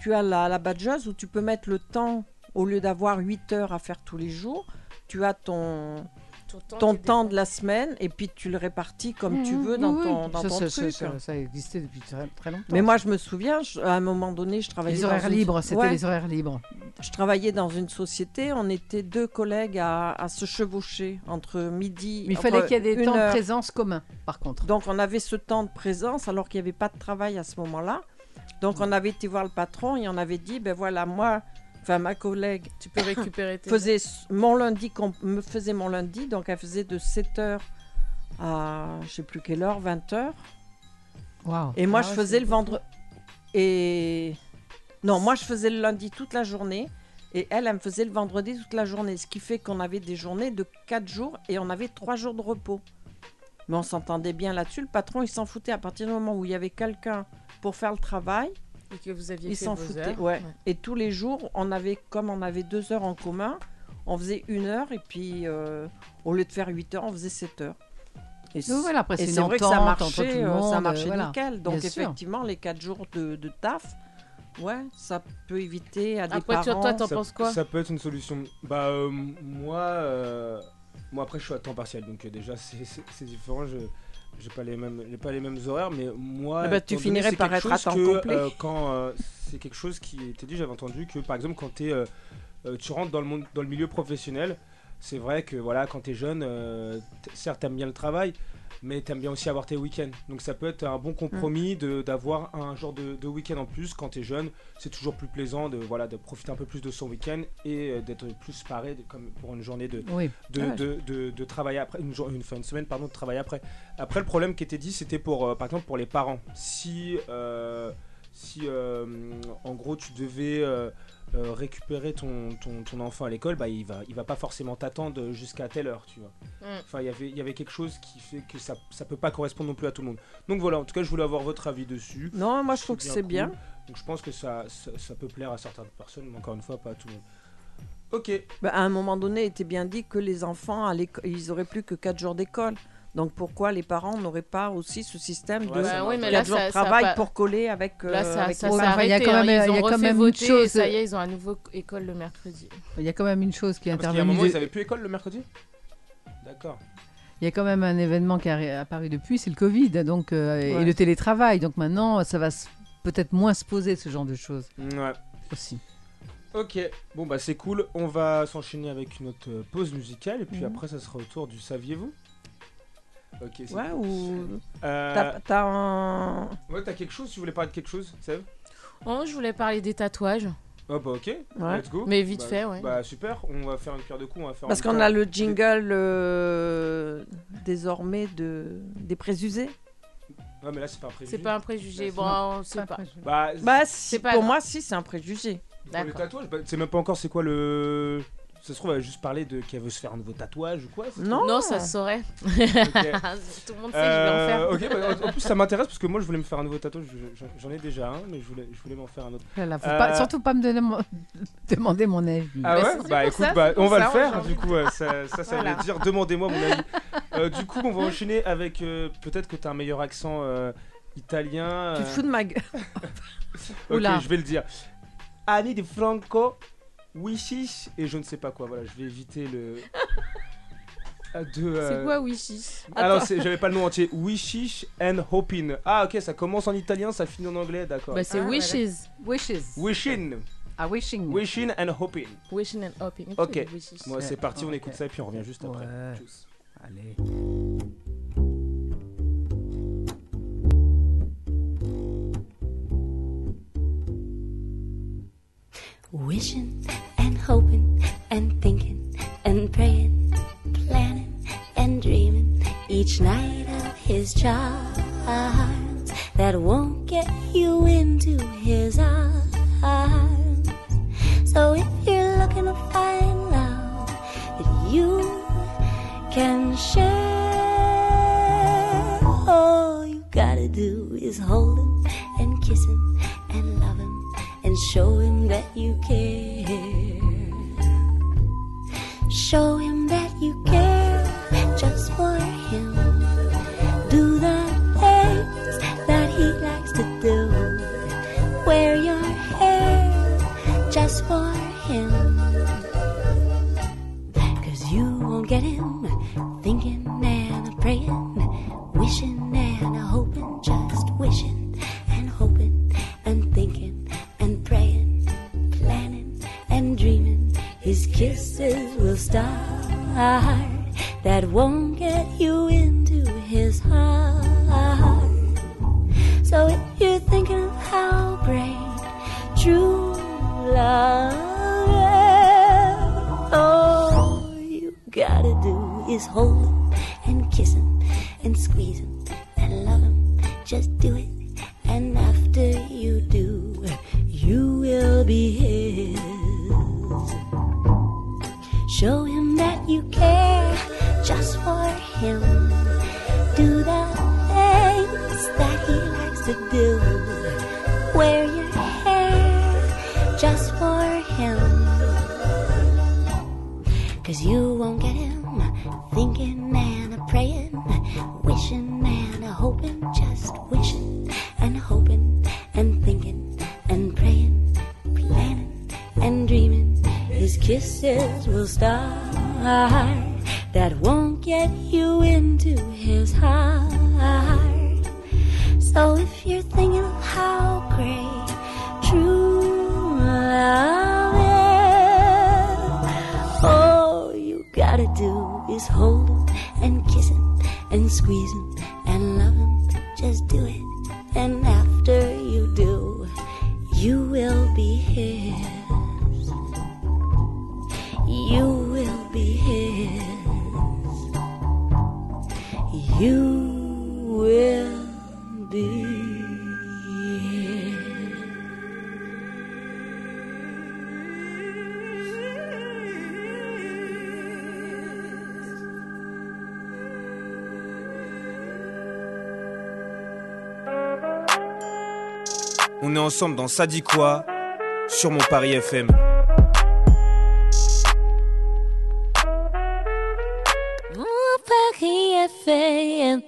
tu as la, la badgeuse où tu peux mettre le temps, au lieu d'avoir 8 heures à faire tous les jours, tu as ton, Ton temps, ton t'es temps de la semaine et puis tu le répartis comme tu veux dans Mmh, Oui, oui. ton, dans ça, ton ça, truc. Ça, ça, ça existait depuis très, très longtemps. Mais moi, je me souviens, je- à un moment donné, je travaillais. les dans horaires une- libres, c'était Ouais, les horaires libres. Je travaillais dans une société, on était deux collègues à, à se chevaucher entre midi. Mais il entre fallait qu'il y ait des une temps de heure. présence communs, par contre. Donc on avait ce temps de présence alors qu'il n'y avait pas de travail à ce moment-là. Donc on avait été voir le patron et on avait dit, ben voilà, moi, enfin ma collègue Tu peux récupérer tes. faisait s- mon lundi, com- me faisait mon lundi, donc elle faisait de 7h à je sais plus quelle heure, 20h. Waouh. Et moi Ah je ouais, faisais c'est le beaucoup. vendredi. Et... Non, moi je faisais le lundi toute la journée. Et elle, elle me faisait le vendredi toute la journée. Ce qui fait qu'on avait des journées de 4 jours et on avait 3 jours de repos. Mais on s'entendait bien là-dessus. Le patron, il s'en foutait. À partir du moment où il y avait quelqu'un pour faire le travail, Et que vous aviez Ils fait s'en vos foutaient, heures. ouais. et tous les jours, on avait, comme on avait deux heures en commun, on faisait une heure et puis euh, au lieu de faire huit heures, on faisait sept heures. Et c- Donc voilà, après, et c'est c'est une vrai que entente ça entre tout marchait, le euh, monde. ça euh, marchait voilà. nickel. Donc bien sûr. effectivement, les quatre jours de, de taf, ouais, ça peut éviter à des Après, tu- parents. toi, t'en ça, penses quoi ça peut être une solution. Bah, euh, moi, euh, moi, après, je suis à temps partiel, donc euh, déjà, c'est- c'est c'est différent. Je j'ai pas les mêmes j'ai pas les mêmes horaires mais moi Ah bah, étant tu donné, finirais c'est par quelque être à chose temps que, complet. euh, quand euh, c'est quelque chose qui était dit j'avais entendu que par exemple quand t'es, euh, euh, tu rentres dans le monde dans le milieu professionnel c'est vrai que voilà quand t'es jeune euh, t- certes t'aimes bien le travail mais t'aimes bien aussi avoir tes week-ends donc ça peut être un bon compromis de- d'avoir un genre de, de week-end en plus quand t'es jeune c'est toujours plus plaisant de voilà de profiter un peu plus de son week-end et euh, d'être plus paré de- comme pour une journée de, Oui. de, Ah ouais. de, de- de travailler après, une, jour- une, enfin, une semaine pardon, de travail après. Après, le problème qui était dit, c'était pour, euh, par exemple pour les parents. Si, euh, si euh, en gros, tu devais euh, euh, récupérer ton, ton, ton enfant à l'école, bah, il va, il va pas forcément t'attendre jusqu'à telle heure, tu vois. Mm. Enfin, il y avait- il y avait quelque chose qui fait que ça ça peut pas correspondre non plus à tout le monde. Donc voilà, en tout cas, je voulais avoir votre avis dessus. Non, Mm. moi je trouve que c'est bien. cool. Donc je pense que ça, ça, ça peut plaire à certaines personnes, mais encore une fois, pas à tout le monde. Ok, Bah, à un moment donné, il était bien dit que les enfants, à l'éco- ils auraient plus que 4 jours d'école. Donc pourquoi les parents n'auraient pas aussi ce système Ah, Ouais, de ça Bah oui, marche. mais là, 4 jours ça- de ça a travail pas- pour coller avec... euh, Là, avec ça, ça les s'est Enfin, parents il y a arrêté, quand hein. même- il y ils a ont quand refait même une voter, chose. ça y est, ils ont à nouveau co- école le mercredi. Il y a quand même une chose qui est Ah, parce qu'il y a un moment, intervenue. de- ils avaient plus école le mercredi D'accord. Il y a quand même un événement qui est apparu depuis, c'est le Covid, donc euh, et Ouais. le télétravail. Donc maintenant, ça va se- peut-être moins se poser ce genre de choses Ouais. aussi. Ok. Bon, bah, c'est cool. On va s'enchaîner avec une autre euh, pause musicale. Et puis Mhm. après, ça sera au tour du Saviez-vous Ok, c'est Ouais, cool. ou... Euh, T'as t'as un... Ouais, t'as quelque chose Tu voulais parler de quelque chose, Seb Oh, je voulais parler des tatouages. Oh, bah, ok. Ouais. Let's go. Mais vite Bah, fait, ouais. Bah, super. On va faire une pierre de coups. On va faire Parce en qu'on même a temps. le jingle euh, désormais de, des préjugés. Ouais, mais là, c'est pas un préjugé. C'est pas un préjugé. Bah, Bon, on sait pas. Après, je- Bah, Bah, si, C'est pas pour grave. moi, si, c'est un préjugé. pour le D'accord. tatouage, bah, c'est même pas encore c'est quoi le. Ça se trouve, elle va juste parler de qu'elle veut se faire un nouveau tatouage ou quoi. c'est Non, Non, ça se saurait. tout. Ok. Tout le monde sait que je vais en faire. Euh, ok, bah, en- en plus ça m'intéresse parce que moi je voulais me faire un nouveau tatouage, je- j'en- j'en ai déjà un, mais je voulais, je voulais m'en faire un autre. Là, là, faut pas- Euh, surtout pas me donner mon- demander mon avis. Ah Bah, ouais c'est- c'est Bah pour écoute, ça, bah, c'est pour on va ça, le moi, j'ai faire, envie du coup, euh, ça, ça, ça Voilà. veut dire demandez-moi mon avis. Euh, du coup, on va enchaîner avec euh, peut-être que t'as un meilleur accent euh, italien. tu te euh, fous de ma gueule. ok, Oula. je vais le dire. Annie de Franco, Wishish, et je ne sais pas quoi, voilà, je vais éviter le. Ah, de, C'est euh, quoi Wishy Alors, c'est- j'avais pas le nom entier. Wishish and Hopin. Ah, ok, ça commence en italien, ça finit en anglais, d'accord. Bah, c'est Ah, Wishes. Wishes. Wishin. Ah, wishing. Wishing and hoping. Wishing and hoping. Ok. Wishes. Bon, c'est parti, on Ouais. écoute ça et puis on revient juste après. Ouais. Tchuss. Allez. Wishing and hoping and thinking and praying, planning and dreaming each night of his charms that won't get you into his arms. So if you're looking to find love that you can share, all you gotta do is hold him and kiss him and love Show him that you care just for him. Do the things that he likes to do. Wear your hair just for him. Cause you won't get him thinking and a praying, wishing and a hoping, just wishing and hoping and thinking and praying, planning and dreaming. His kisses will start that won't get you into his heart. So if you're thinking of how great true love is, all you gotta do is hold him and kiss him and squeeze him and love him. Just do it, and after you do, you will be his. Show him that you care just for him. Do the things that he likes to do. Wear your hair just for him. Cause you won't get him thinking and a praying, wishing and a hoping, just wishing and hoping and thinking and praying, planning and dreaming. His kisses will start that won't get you into his heart. So if you're thinking of how great true love is, all you gotta do is hold him and kiss him and squeeze him and love him. Just do it, and after you do, you will be his. You will be his. You will be his. On est ensemble dans Ça dit quoi sur mon Paris FM. Mon Paris FM.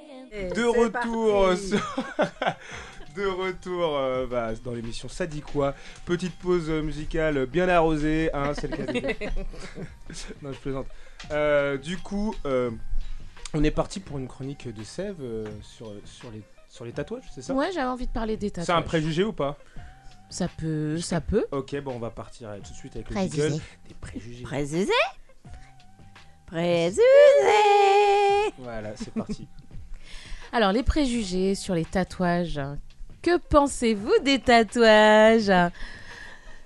De retour, euh, sur- de retour euh, bah, dans l'émission Ça dit quoi Petite pause euh, musicale bien arrosée, hein, c'est le cas. de dire. non, je plaisante. Euh, du coup, euh, on est parti pour une chronique de Sève euh, sur, sur, les, sur les tatouages, c'est ça Ouais, j'avais envie de parler des tatouages. C'est un préjugé ou pas Ça peut, ça peut. Ok, bon, on va partir euh, tout de suite avec le Préjugé. jingle des préjugés. Précisé Précisé Voilà, c'est parti. Alors, les préjugés sur les tatouages. Que pensez-vous des tatouages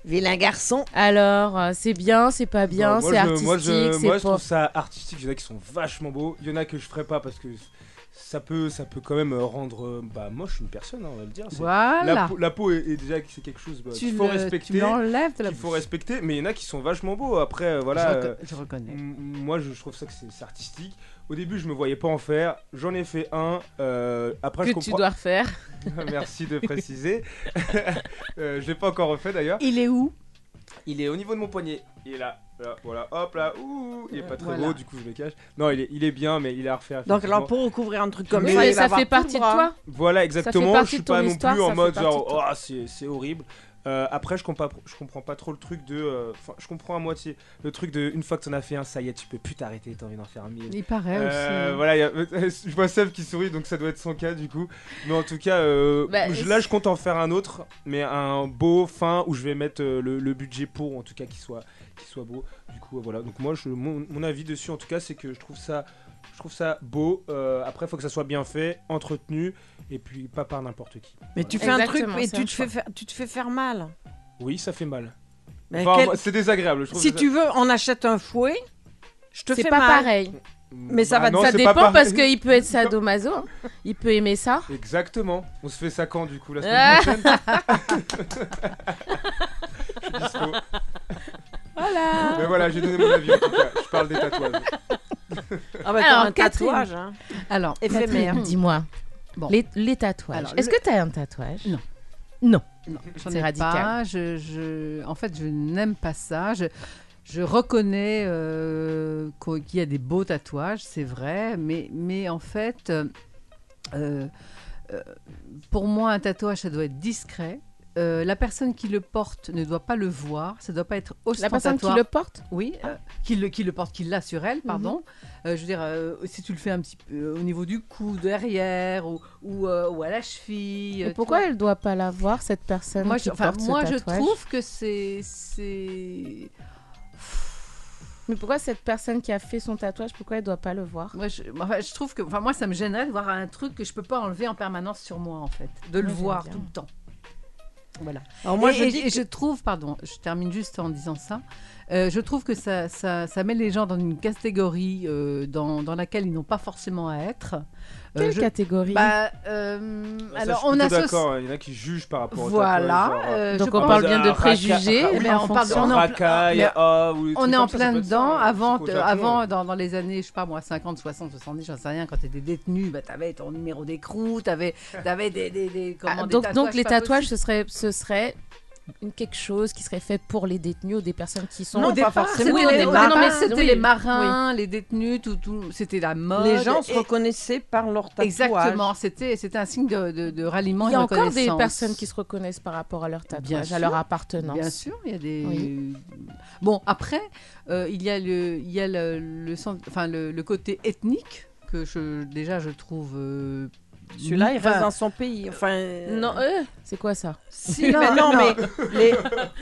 Vilain garçon Alors, euh, c'est bien, c'est pas bien, Non, Bah, moi, je- c'est artistique, moi, je, c'est moi, je pas... trouve ça artistique. Il y en a qui sont vachement beaux. Il y en a que je ferai pas parce que ça peut, ça peut quand même euh, rendre euh, bah, moche une personne, hein, on va le dire. C'est- La, Voilà. peau, la peau est, est déjà c'est quelque chose bah, qu'il le- faut respecter. Tu l'enlèves de la Qu'il faut respecter, mais il y en a qui sont vachement beaux. Après, euh, Je, voilà. reco- euh, je m- reconnais. moi, je je trouve ça que c'est c'est artistique. Au début, je me voyais pas en faire. J'en ai fait un. euh, après, Que je tu comprends. dois refaire. Merci de préciser. Euh, je l'ai pas encore refait d'ailleurs. Il est où Il est au niveau de mon poignet. Il est là. Voilà, voilà. hop là, ouh, il est pas très Voilà. beau, du coup je le cache. Non, il est, il est bien, mais il est à refaire. Donc alors effectivement. pour recouvrir un truc comme Mais ça, il va ça avoir fait tout le partie de bras. toi. Voilà, exactement. partie Je suis de ton pas non histoire, plus en ça mode fait partie genre, de toi. oh, c'est c'est horrible. Euh, après, je comprends, pas- je comprends pas trop le truc de. euh, Enfin, je comprends à moitié le truc de. Une fois que t'en as fait un, ça y est, tu peux plus t'arrêter, t'as envie d'en faire un mille. Il Ah paraît Euh, aussi. voilà, il y a- je vois Seb qui sourit, donc ça doit être son cas du coup. Mais en tout cas, euh, Bah, je- là je compte en faire un autre, mais un beau fin où je vais mettre euh, le, le budget pour, en tout cas, qui soit, qui soit beau. Du coup, euh, voilà. Donc moi, je, mon, mon avis dessus, en tout cas, c'est que je trouve ça, je trouve ça beau. Euh, après, faut que ça soit bien fait, entretenu, et puis pas par n'importe qui. Mais Voilà. tu fais un truc Exactement, et c'est tu un te, fais choix. faire, tu te fais faire mal. Oui, ça fait mal. Mais Enfin, quel- moi, C'est désagréable. Je trouve Si que tu veux, on achète un fouet, je te C'est fais pas mal. pareil. ça- mais ça va- Bah non, ça c'est dépend pas parce pareil. qu'il peut être sadomaso, hein. il peut aimer ça. Exactement. On se fait ça quand du coup la semaine Ah. prochaine Je suis dispo. Voilà. Mais voilà, j'ai donné mon avis en tout cas. Je parle des tatouages. Ah bah t'as Alors, un Catherine. tatouage, hein. Alors, Hum. éphémère. Dis-moi, Bon. les, les tatouages. Alors, Est-ce le- que t'as un tatouage Non. Non. Non, j'en C'est ai radical. pas. Je, je- En fait, je n'aime pas ça. Je... je reconnais euh, qu'au- qu'il y a des beaux tatouages, c'est vrai, mais, mais en fait, euh, euh, euh, pour moi, un tatouage, ça doit être discret. Euh, la personne qui le porte ne doit pas le voir, ça ne doit pas être La personne qui ostentatoire. le porte Oui, euh, qui, le, qui le porte, qui l'a sur elle, pardon. Mhm. Euh, je veux dire, euh, si tu le fais un petit peu euh, au niveau du cou, derrière, ou, ou, euh, ou à la cheville. euh, Et tu pourquoi vois. elle doit pas la voir, cette personne Moi, qui je, enfin, porte ce moi je tatouage trouve que c'est. c'est- Mais pourquoi cette personne qui a fait son tatouage, pourquoi elle doit pas le voir Moi, je, enfin, je trouve que. Enfin, moi, ça me gênerait de voir un truc que je peux pas enlever en permanence sur moi, en fait. De le Moi, j'aime voir bien. tout le temps. Voilà. Alors moi, et, je et- dis et que- je trouve, pardon, je termine juste en disant ça, euh, je trouve que ça, ça, ça met les gens dans une catégorie euh, dans, dans laquelle ils n'ont pas forcément à être. Euh, Quelle je- catégorie bah, euh, Ah, Ça, Alors, je suis on plutôt associe. d'accord, hein. il y en a qui jugent par rapport au Voilà. tatouage, genre, euh, Donc, je on pense- parle bien de Ah, raca- préjugés, oui, mais en on parle- parle on en- en racaille, mais- ah, ou des trucs On est comme en ça, ça plein peut être ça, dedans. hein, avant, surtout au te- Japon, avant euh. dans, dans les années, je sais pas moi, 50, 60, 70, j'en sais rien, quand tu étais détenu, bah, tu avais ton numéro d'écrou, tu avais, des, des, des- comment, Ah, des donc, tatouages donc les pas tatouages, possibles. ce serait, ce serait une- quelque chose qui serait fait pour les détenus ou des personnes qui sont. au départ, forcément, c'était au les- départ. non, mais Oui. c'était Oui. les marins, les détenus, tout, tout, c'était la mode. les gens se Et- reconnaissaient par leur tatouage. Exactement, c'était c'était un signe de, de, de ralliement Il y a et de encore des reconnaissance. personnes qui se reconnaissent par rapport à leur Bien tatouage, sûr. à leur appartenance. Bien sûr, il y a des. Oui. Bon, après, euh, il y a le, il y a le, le sens- enfin, le, le côté ethnique que je, déjà je trouve. euh, Celui-là, il enfin, reste dans son pays. Enfin, Non, euh, c'est quoi ça Si, mais non, mais les-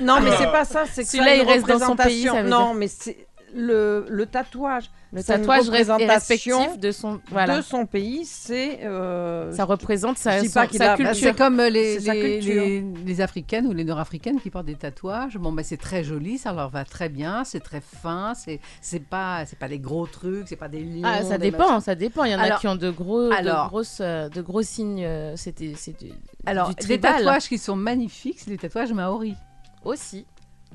non, mais c'est pas ça. C'est que Celui-là, ça a une il reste dans son pays, représentation. ça veut Non, mais c'est le, le tatouage. Le C'est une tatouage reste est représentation respectif de son. Voilà. de son pays, c'est euh, Ça représente sa, Je dis pas son- qu'il sa a- bah, culture. C'est comme euh, les, C'est sa les, culture. les- les africaines ou les nord-africaines qui portent des tatouages. Bon, bah, c'est très joli, ça leur va très bien, c'est très fin, c'est c'est pas, c'est pas des gros trucs, c'est pas des lions. Ah, ça des dépend, machins. ça dépend. Il y en a Alors- qui ont de gros, de alors- grosses, euh, de gros signes. euh, C'était, c'est du, Alors, du les tribal tatouages qui sont magnifiques, c'est les tatouages maoris. aussi.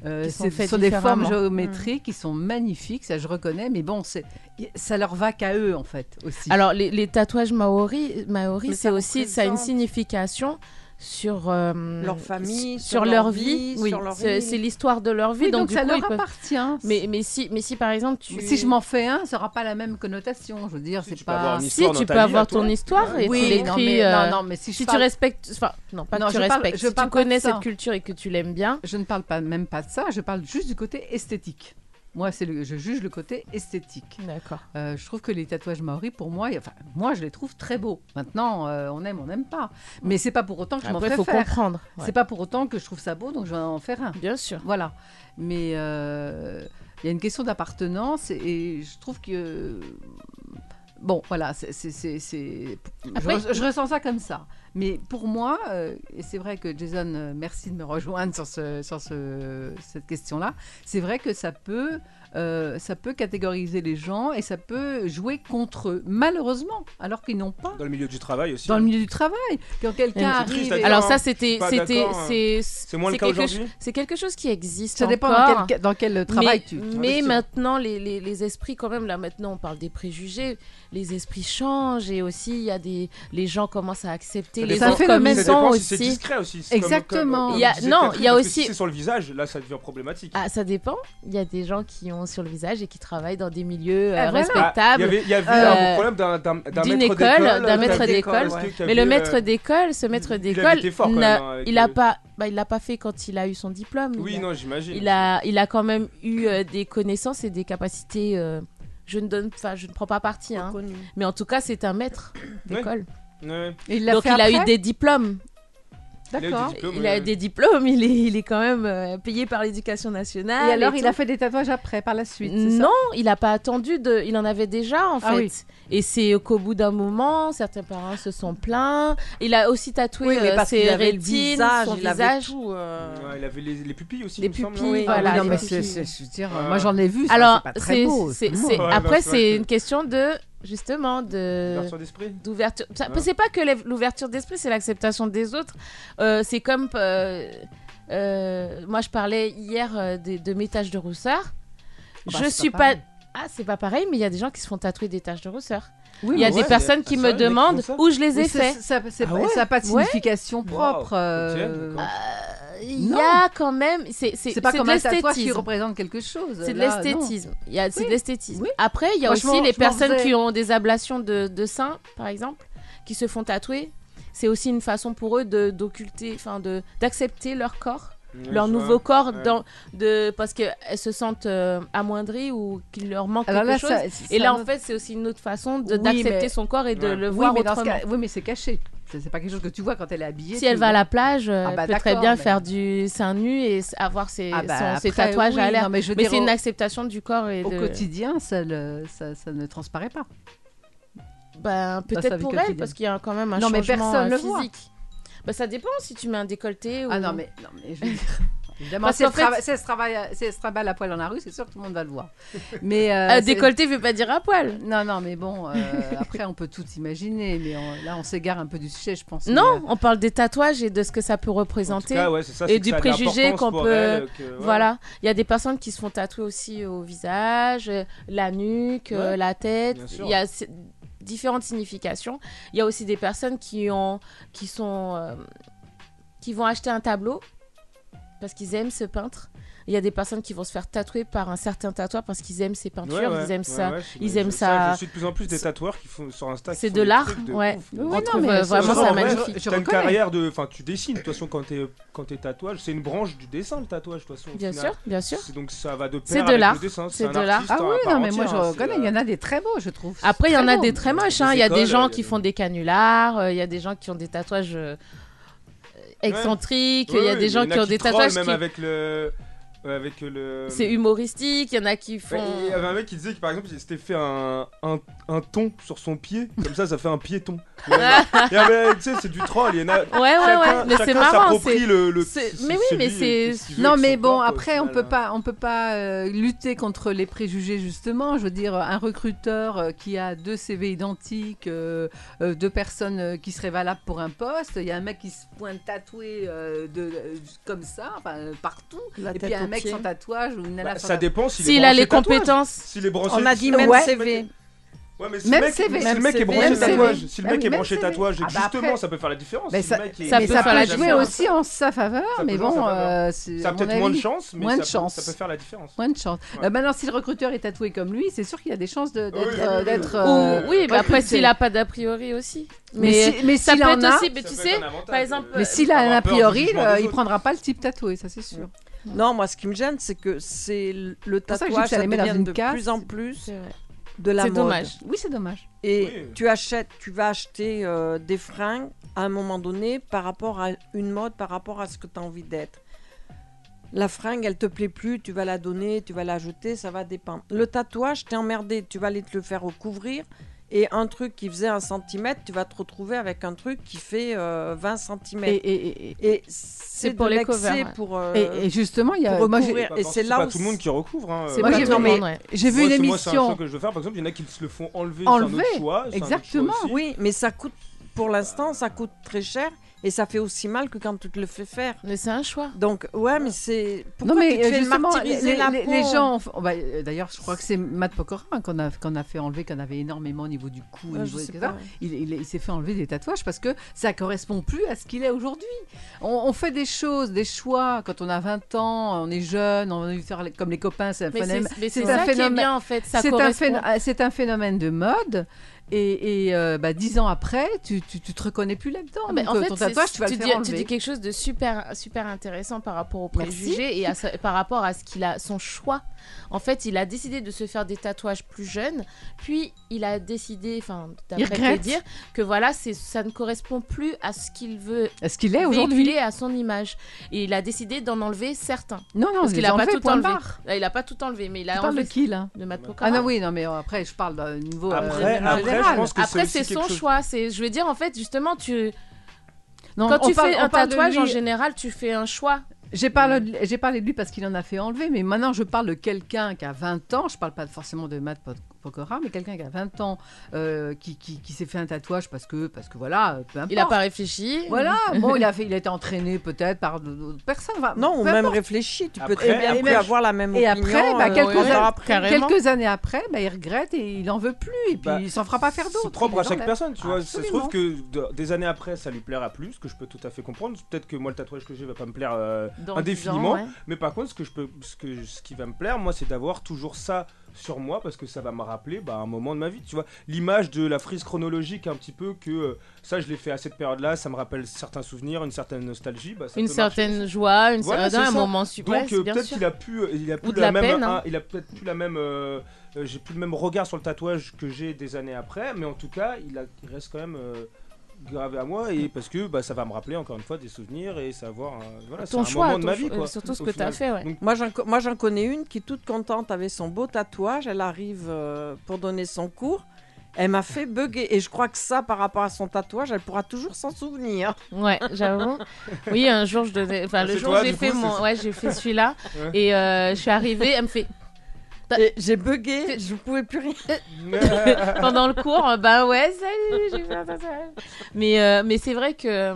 Euh, Qui sont c'est- faits ce sont des différemment. Hmm. formes géométriques qui sont magnifiques, ça je reconnais, mais bon, c'est- y- ça leur va qu'à eux en fait aussi. Alors, les, les tatouages maori, maori Mais c'est ça aussi, ça a une représente- signification sur euh, leur famille, sur, leur vie. Oui, sur leur c'est vie. c'est l'histoire de leur vie. oui, donc, donc, du ça coup, leur ils peuvent- appartient. Mais, mais si, mais si par exemple tu. Mais si je m'en fais un, ça n'aura pas la même connotation. Je veux dire, Si, c'est tu peux avoir pas. une si histoire dans ta tu peux vie, à avoir toi. ton histoire et tu oui, non, l'écris. mais, euh, non, non, mais si, Si je, tu parle- respectes, enfin non, pas Non, que tu je parle- respectes. je si tu parle pas de connais ça. cette culture et que tu l'aimes bien, je ne parle pas même pas de ça. Je parle juste du côté esthétique. Moi, c'est le- je juge le côté esthétique. d'accord. Euh, je trouve que les tatouages maoris, pour moi, y- enfin, moi, je les trouve très beaux. Maintenant, euh, on aime, on n'aime pas. Mais c'est pas pour autant que je m'en Après, ferai faut faire. comprendre. Ouais. C'est pas pour autant que je trouve ça beau, donc je vais en faire un. Bien sûr. Voilà. Mais euh, il y a une question d'appartenance et, et je trouve que. Bon, voilà, c'est. c'est- c'est- c'est- Après- je, re- je ressens ça comme ça. Mais pour moi, euh, et c'est vrai que Jason, euh, merci de me rejoindre sur, ce, sur ce- cette question-là, c'est vrai que ça peut, euh, ça peut catégoriser les gens et ça peut jouer contre eux, malheureusement, alors qu'ils n'ont pas. Dans le milieu du travail aussi. hein. Dans le milieu du travail, quand quelqu'un C'est triste arrive. à et- dire, Alors ça, hein. c'était, pas c'était, d'accord, hein. c'est, C'est moins le c'est cas quelque aujourd'hui cho- C'est quelque chose qui existe. Ça dépend encore. dans quel, dans quel travail mais, tu. mais investis. maintenant, les, les- les esprits, quand même, là maintenant, on parle des préjugés, les esprits changent et aussi, il y a des, les gens commencent à accepter Ça les dépend- autres ça fait le comme même- ils Ça sont dépend si c'est aussi. discret aussi. c'est comme- Exactement. comme- comme Il y a- disait non, Catherine, il y a parce que aussi- Si c'est sur le visage, là, ça devient problématique. Ah, ça dépend. Il y a des gens qui ont sur le visage et qui travaillent dans des milieux euh, Ah, Ah, voilà. Il y respectables. avait, il y avait Euh, un problème d'un, d'un, d'un d'une maître école, d'école. d'un maître t'avais- d'école, parce que Mais le t'avais, maître euh, d'école, ce maître il avait d'école, été fort quand n'a- même, hein, avec il a le- pas, bah, il l'a pas fait quand il a eu son diplôme. euh, Oui, il, a, non, j'imagine. il a, il a quand même eu euh, des connaissances et des capacités. euh, je ne donne, enfin, je ne prends pas parti, hein. reconnus. Mais en tout cas, c'est un maître d'école. Ouais. Et il l'a Donc fait il a après eu des diplômes. Il a eu des D'accord. diplômes, il a ouais. des diplômes. Il est, il est quand même euh, payé par l'éducation nationale. Et alors, il Ah, tout. a fait des tatouages après, par la suite. c'est ça Non, il n'a pas attendu. De... Il en avait déjà, en fait. Ah oui. Et c'est qu'au bout d'un moment, certains parents se sont plaints. Il a aussi tatoué Oui, mais euh, parce ses qu'il avait le rétines, visage, son il avait visage. tout, euh, Ouais, il avait les, les pupilles aussi. Les il me semble, pupilles, non Oui, voilà, Ah oui, non, les mais petits. c'est, c'est- je veux dire, euh, Ouais. moi j'en ai vu. ça, Alors, c'est pas très c'est, beau. c'est- excuse-moi. c'est- Ouais, après, bah, c'est vrai c'est que- une question de, justement, de Ouverture d'esprit. d'ouverture. Ça- Ouais. C'est pas que l'ev- l'ouverture d'esprit, c'est l'acceptation des autres. Euh, c'est comme. euh, euh, moi, je parlais hier euh, des- de, mes taches de rousseur. Bah, je c'est suis pas pas. pareil. Ah, c'est pas pareil, mais il y a des gens qui se font tatouer des taches de rousseur. Oui, Il y a mais des ouais. personnes qui Ah, me c'est vrai, des mecs font demandent ça où je les Oui, ai c'est- faits. c'est- Ça n'a Ah ouais pas de Ouais. signification propre. euh, d'accord. Il y a quand même. C'est c'est- C'est pas c'est comme de un tatouage qui l'esthétisme. représente quelque chose. C'est de Là, non. l'esthétisme. Il y a- C'est Oui. de l'esthétisme. Oui. Après, il y a Moi, je aussi m'en- les je m'en personnes faisais. qui ont des ablations de, de seins, par exemple, qui se font tatouer. C'est aussi une façon pour eux de- d'occulter, enfin de- d'accepter leur corps, Ouais, leur je vois. nouveau corps, Ouais. dans, de, parce qu'elles se sentent euh, amoindries ou qu'il leur manque Alors quelque là, chose. Ah bah ça- ça- Et là, en fait, c'est aussi une autre façon de- Oui, d'accepter mais- son corps et de Ouais. le oui, voir mais dans ce autrement. cas- oui, mais c'est caché. C'est c'est pas quelque chose que tu vois quand elle est habillée. Si elle tu va à vois. la plage, euh, Ah bah elle peut très d'accord, bien mais- faire du sein nu et s- avoir ses, Ah bah, son- ses après, tatouages oui, à l'air. non, Mais, je veux Mais dire, c'est une au- acceptation du corps et au de... quotidien, ça, le- ça, ça ne transparaît pas. sa Bah, peut-être vie pour elle, quotidienne. parce qu'il y a quand même un Non, mais changement personne euh, le voit. physique. Bah, ça dépend si tu mets un décolleté ou... Ah non, mais, non, mais je veux dire, Évidemment, Parce si elle, qu'en fait- trava- si elle se travaille- si elle se traballe à poil dans la rue, c'est sûr que tout le monde va le voir. Mais euh, Euh, c'est- décolleté veut pas dire à poil. Non, non, mais bon, euh, après, on peut tout imaginer, mais on- là, on s'égare un peu du sujet, je pense. Non, on parle des tatouages et de ce que ça peut En tout représenter. cas, ouais, c'est ça, et c'est que du ça a de préjugé l'importance qu'on pour peut- elle, que, ouais. Voilà, il y a des personnes qui se font tatouer aussi au visage, euh, la nuque, euh, Ouais, la tête. bien sûr. Il y a c- différentes significations. Il y a aussi des personnes qui ont, qui sont, euh, qui vont acheter un tableau parce qu'ils aiment ce peintre. Il y a des personnes qui vont se faire tatouer par un certain tatoueur parce qu'ils aiment ses peintures, Ouais, ouais, ils aiment ouais, ça. ouais, je- ils je- aiment ça. Je suis de plus en plus des C'est- tatoueurs qui font sur Insta. qui C'est font de des l'art, trucs de ouais. ouf. Oui, On non, trouve, mais euh, c'est- vraiment c'est ça en vrai, magnifique. Je T'as une reconnais. carrière de. Enfin, tu dessines, de toute façon, quand t'es quand t'es tatouage. C'est une branche du dessin, le tatouage, de toute façon. au Bien final. sûr, bien sûr. C'est- Donc ça va de pair C'est de avec le l'art. dessin, C'est un de l'art. artiste Ah à oui, part non, mais moi, entière, je hein, c'est, reconnais. Il y en a des très beaux, je trouve. Après, il y en Très a beaux. des très moches. Des hein. Il y a des écoles, euh, gens il y a qui des- font des canulars, euh, il y a des gens qui ont des tatouages euh, excentriques, Ouais, il y a euh, ouais, des gens en qui ont des trollent tatouages même qui... avec le. ouais, Avec le. C'est humoristique, il y en a qui font... Ouais, et Il y avait un mec qui disait que par exemple il s'était fait un, un, un ton sur son pied, comme ça ça fait un piéton. Il y avait- il y avait- tu sais, c'est du troll, il y en a. Ouais, ouais, ouais, mais c'est marrant. c'est- Le, le- c'est- c'est- mais oui, c'est mais lui, c'est- qu'est-ce qu'il veut Non, avec mais son bon, corps, quoi, au après, on final, peut hein. pas, on peut pas euh, lutter contre les préjugés justement. Je veux dire, un recruteur euh, qui a deux CV identiques, euh, euh, deux personnes euh, qui seraient valables pour un poste, il y a un mec qui se pointe tatoué euh, de, euh, comme ça, enfin, euh, partout, La et tête puis il y a aux un mec pieds. sans tatouage ou une nana Bah, sans ça tatouage. dépend s'il est S'il a branché les tatouage. compétences... S'il est branché. On a dit même Ouais. CV. Ouais, mais si Même le mec, CV. mais si Même le mec est CV. branché Même tatouage, CV. si le Ah mec oui, est même branché CV. tatouage, Ah bah justement, après- ça peut faire la différence. Mais si ça- le mec est- ça mais peut ça faire la peut jouer différence. aussi en sa faveur, Ça peut mais jouer en sa bon, faveur. euh, c'est- Ça a à mon peut-être moins de avis, chance, mais moins ça de peut- chance. ça peut faire la différence. Moins de chance. Ouais. Euh, maintenant, si le recruteur est tatoué comme lui, c'est sûr qu'il y a des chances de- Ah oui, d'être. oui, euh, oui, d'être, oui. euh, Ou- oui, mais après, recruté. s'il a pas d'a priori aussi. Mais, Mais si- mais ça s'il peut en être a- aussi, mais Ça tu peut être sais, un avantage, par exemple... euh, Mais s'il a un avoir a peur du priori, jugement euh, des il autres. prendra pas le type tatoué, ça c'est sûr. Non, moi, ce qui me gêne, c'est que c'est le- le pour ça que je dis tatouage, que ça ça, les met dans devient une de case. plus en plus C'est vrai. de la C'est mode. dommage. Oui, c'est dommage. Et Oui. tu achètes, tu vas acheter euh, des fringues à un moment donné par rapport à une mode, par rapport à ce que tu as envie d'être. La fringue, elle te plaît plus, tu vas la donner, tu vas la jeter, ça va dépendre. Le tatouage, t'es emmerdé, tu vas aller te le faire recouvrir. Et un truc qui faisait un centimètre, tu vas te retrouver avec un truc qui fait euh, 20 Et, centimètres. et- et- et- Et, c'est pour de les l'excès covers, ouais. pour, euh, et- et justement, il y a. pour moi, j'ai- recouvrir. Et c'est là pas où tout le monde qui recouvre. hein, C'est euh, Moi, pas j'ai- tout le non, mais- monde, ouais. J'ai vu Moi, une c'est- moi, C'est un choix émission. que je veux faire. Par exemple, il y en a qui se le font enlever. Enlever, c'est un autre choix. c'est un autre choix exactement. aussi. Ah Oui, mais ça coûte, pour l'instant, ça coûte très cher et ça fait aussi mal que quand tu te le fais faire. Mais c'est un choix. Donc, ouais, mais c'est. Pourquoi Non mais tu te euh, fais justement, les, martyriser la les- peau les gens, ont f- oh, bah, euh, d'ailleurs, je crois que c'est Matt Pokora qu'on a qu'on a fait enlever, qu'on avait énormément au niveau du cou, au Ouais, niveau euh, je de- sais etc. pas. Il, il- il s'est fait enlever des tatouages parce que ça correspond plus à ce qu'il est aujourd'hui. On, on fait des choses, des choix quand on a 20 ans, on est jeune, on veut faire les- comme les copains, c'est un Mais phénomène. c'est- mais c'est c'est un ça qui est phénomène- bien, en fait. Ça C'est un, correspond. phénomène, c'est un phénomène de mode. Et, et, euh, bah, dix ans après, tu, tu, tu te reconnais plus là-dedans. Ah, mais Donc, euh, ton c'est- tatouage, tu vas le dis, faire tu enlever. dis quelque chose de super, super intéressant par rapport aux Merci. préjugés et à sa- par rapport à ce qu'il a, son choix. En fait, il a décidé de se faire des tatouages plus jeunes, puis il a décidé, enfin, Il d'après regrette. te dire, que voilà, c'est- ça ne correspond plus à ce qu'il veut Est-ce qu'il est Eh, aujourd'hui véhiculer à son image. Et il a décidé d'en enlever certains. Non, non, Parce il qu'il les a pas enlevait, tout point enlevé. barre. Là, il a pas tout enlevé, mais il Tu a parles de enlevé qui, là de Matt Ah Pokora. non, oui, non, mais euh, après, je parle d'un niveau. euh, Après, général. après, je pense bah, que Après, aussi c'est son quelque chose- choix. C'est, je veux dire, en fait, justement, tu, Non, quand on tu parle- fais on un parle de tatouage lui- en général, tu fais un choix. J'ai parlé, de- j'ai parlé de lui parce qu'il en a fait enlever, mais maintenant je parle de quelqu'un qui a 20 ans, je parle pas forcément de Matt Pot- l'époque rare, mais quelqu'un qui a 20 ans, euh, qui, qui- qui s'est fait un tatouage parce que, parce que voilà, peu importe. Il n'a pas réfléchi. Voilà, bon, il a, fait, il a été entraîné peut-être par d- d'autres personnes. enfin, Non, ou peu même importe. réfléchi. Tu peux Après- très bien et après même- avoir la même et opinion. après, bah, euh, quelques trois ans années- après. carrément. Quelques années après, bah, il regrette et il en veut plus, et puis Bah, il s'en fera pas faire d'autres. C'est il propre à chaque l'enlève. personne, tu vois. Ça se Absolument. trouve que de- des années après, ça lui plaira plus, ce que je peux tout à fait comprendre. Peut-être que moi, le tatouage que j'ai va pas me plaire euh, Dans indéfiniment. dix ans, ouais. Mais par contre, ce, que je peux, ce, que, ce qui va me plaire, moi, c'est d'avoir toujours ça sur moi parce que ça va me rappeler bah, un moment de ma vie. Tu vois, l'image de la frise chronologique, un petit peu que euh, ça, je l'ai fait à cette période-là, ça me rappelle certains souvenirs, une certaine nostalgie. bah, ça Une peut marcher certaine aussi. joie, une Voilà, certaine- c'est un ça. moment super. Donc euh, bien peut-être sûr. qu'il a plus, euh, il a plus Ou de la la même, peine, hein. un- il a peut-être plus la même, euh, euh, j'ai plus le même regard sur le tatouage que j'ai des années après, mais en tout cas, il, a- il reste quand même euh, gravé à moi et parce que bah, ça va me rappeler encore une fois des souvenirs et savoir, euh, voilà, c'est ton un choix, moment de ton ma cho- vie quoi. euh, surtout ce au que tu as final. fait. Ouais. Donc, Moi, j'en co- Moi, j'en connais une qui, toute contente, avait son beau tatouage. Elle arrive euh, pour donner son cours. Elle m'a fait bugger. Et je crois que ça, par rapport à son tatouage, elle pourra toujours s'en souvenir. Ouais, j'avoue. Oui, un jour, je donnais. Enfin, le Ah, C'est jour, toi, j'ai du fait coup, mon. c'est- Ouais, j'ai fait celui-là. Ouais. Et euh, je suis arrivée, elle me fait. Et J'ai bugué, je ne pouvais plus rien. pendant le cours, euh, bah ouais, salut, j'ai fait un tatouage. Mais, euh, mais c'est vrai que. euh,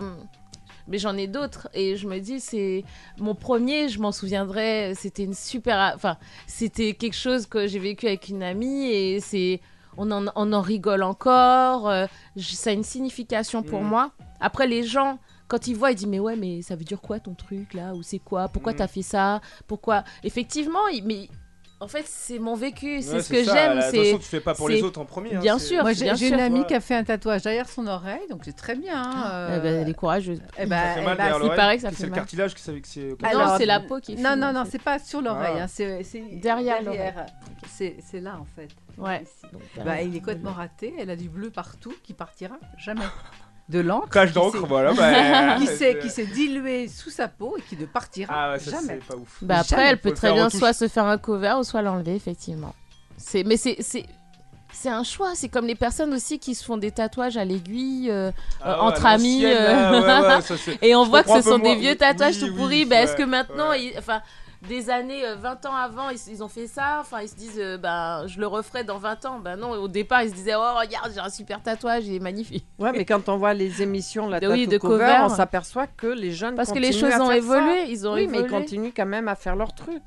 Mais j'en ai d'autres et je me dis, c'est mon premier, je m'en souviendrai, c'était une super. Enfin, c'était quelque chose que j'ai vécu avec une amie et c'est. On en, on en rigole encore, euh, j- ça a une signification pour Mhm. moi. Après, les gens, quand ils voient, ils disent Mais ouais, mais ça veut dire quoi ton truc là Ou c'est quoi Pourquoi Mhm. t'as fait ça Pourquoi Effectivement, ils- mais en fait, c'est mon vécu, c'est ouais, ce que ça, j'aime. la- De toute c'est façon, tu fais pas pour les c'est- autres en premier. hein, bien c'est- sûr. Moi, j'ai bien j'ai sûr. une Ouais. amie Ah, qui a fait un tatouage derrière son oreille, donc c'est très bien. hein, Eh ben, elle est courageuse. eh ben, Ça fait mal eh ben, derrière il l'oreille, paraît que ça parce fait C'est le mal. cartilage que c'est que c'est. Ah, non, Alors, c'est la peau qui est Non, fine, non, en non, fait. c'est pas sur l'oreille, Ah. hein, c'est c'est Derrière l'oreille. C'est c'est là en fait. Euh, Ouais. Ici. Bah, il est complètement raté, elle a du bleu partout qui partira jamais. De une l'encre. Tache qui d'encre, s'est- voilà. bah, Qui c'est- s'est qui s'est diluée sous sa peau et qui ne partira Ah ouais, ça jamais. c'est pas ouf. Bah, après, Jamais. elle Faut peut le très faire bien retouche. soit se faire un cover ou soit l'enlever, effectivement. C'est, mais c'est, c'est, c'est un choix. C'est comme les personnes aussi qui se font des tatouages à l'aiguille. euh, Ah ouais, entre à amis, l'ancienne, euh. là, ouais, ouais, ça, c'est- et on Je voit que comprends ce un peu sont des moins. vieux Oui, tatouages oui, tout oui, pourris. Bah, est-ce ouais, que maintenant, ouais. ils- enfin, des années, euh, 20 ans avant, ils, ils ont fait ça. Enfin, ils se disent, euh, bah, je le referai dans 20 ans. Bah non, au départ, ils se disaient, oh, regarde, j'ai un super tatouage, il est magnifique. Ouais, mais quand on voit les émissions, la De- oui, tattoo de cover, cover. on s'aperçoit que les jeunes Parce que les continuent choses à ont faire ça. évolué, ils ont Oui, mais évolué. ils continuent quand même à faire leur truc.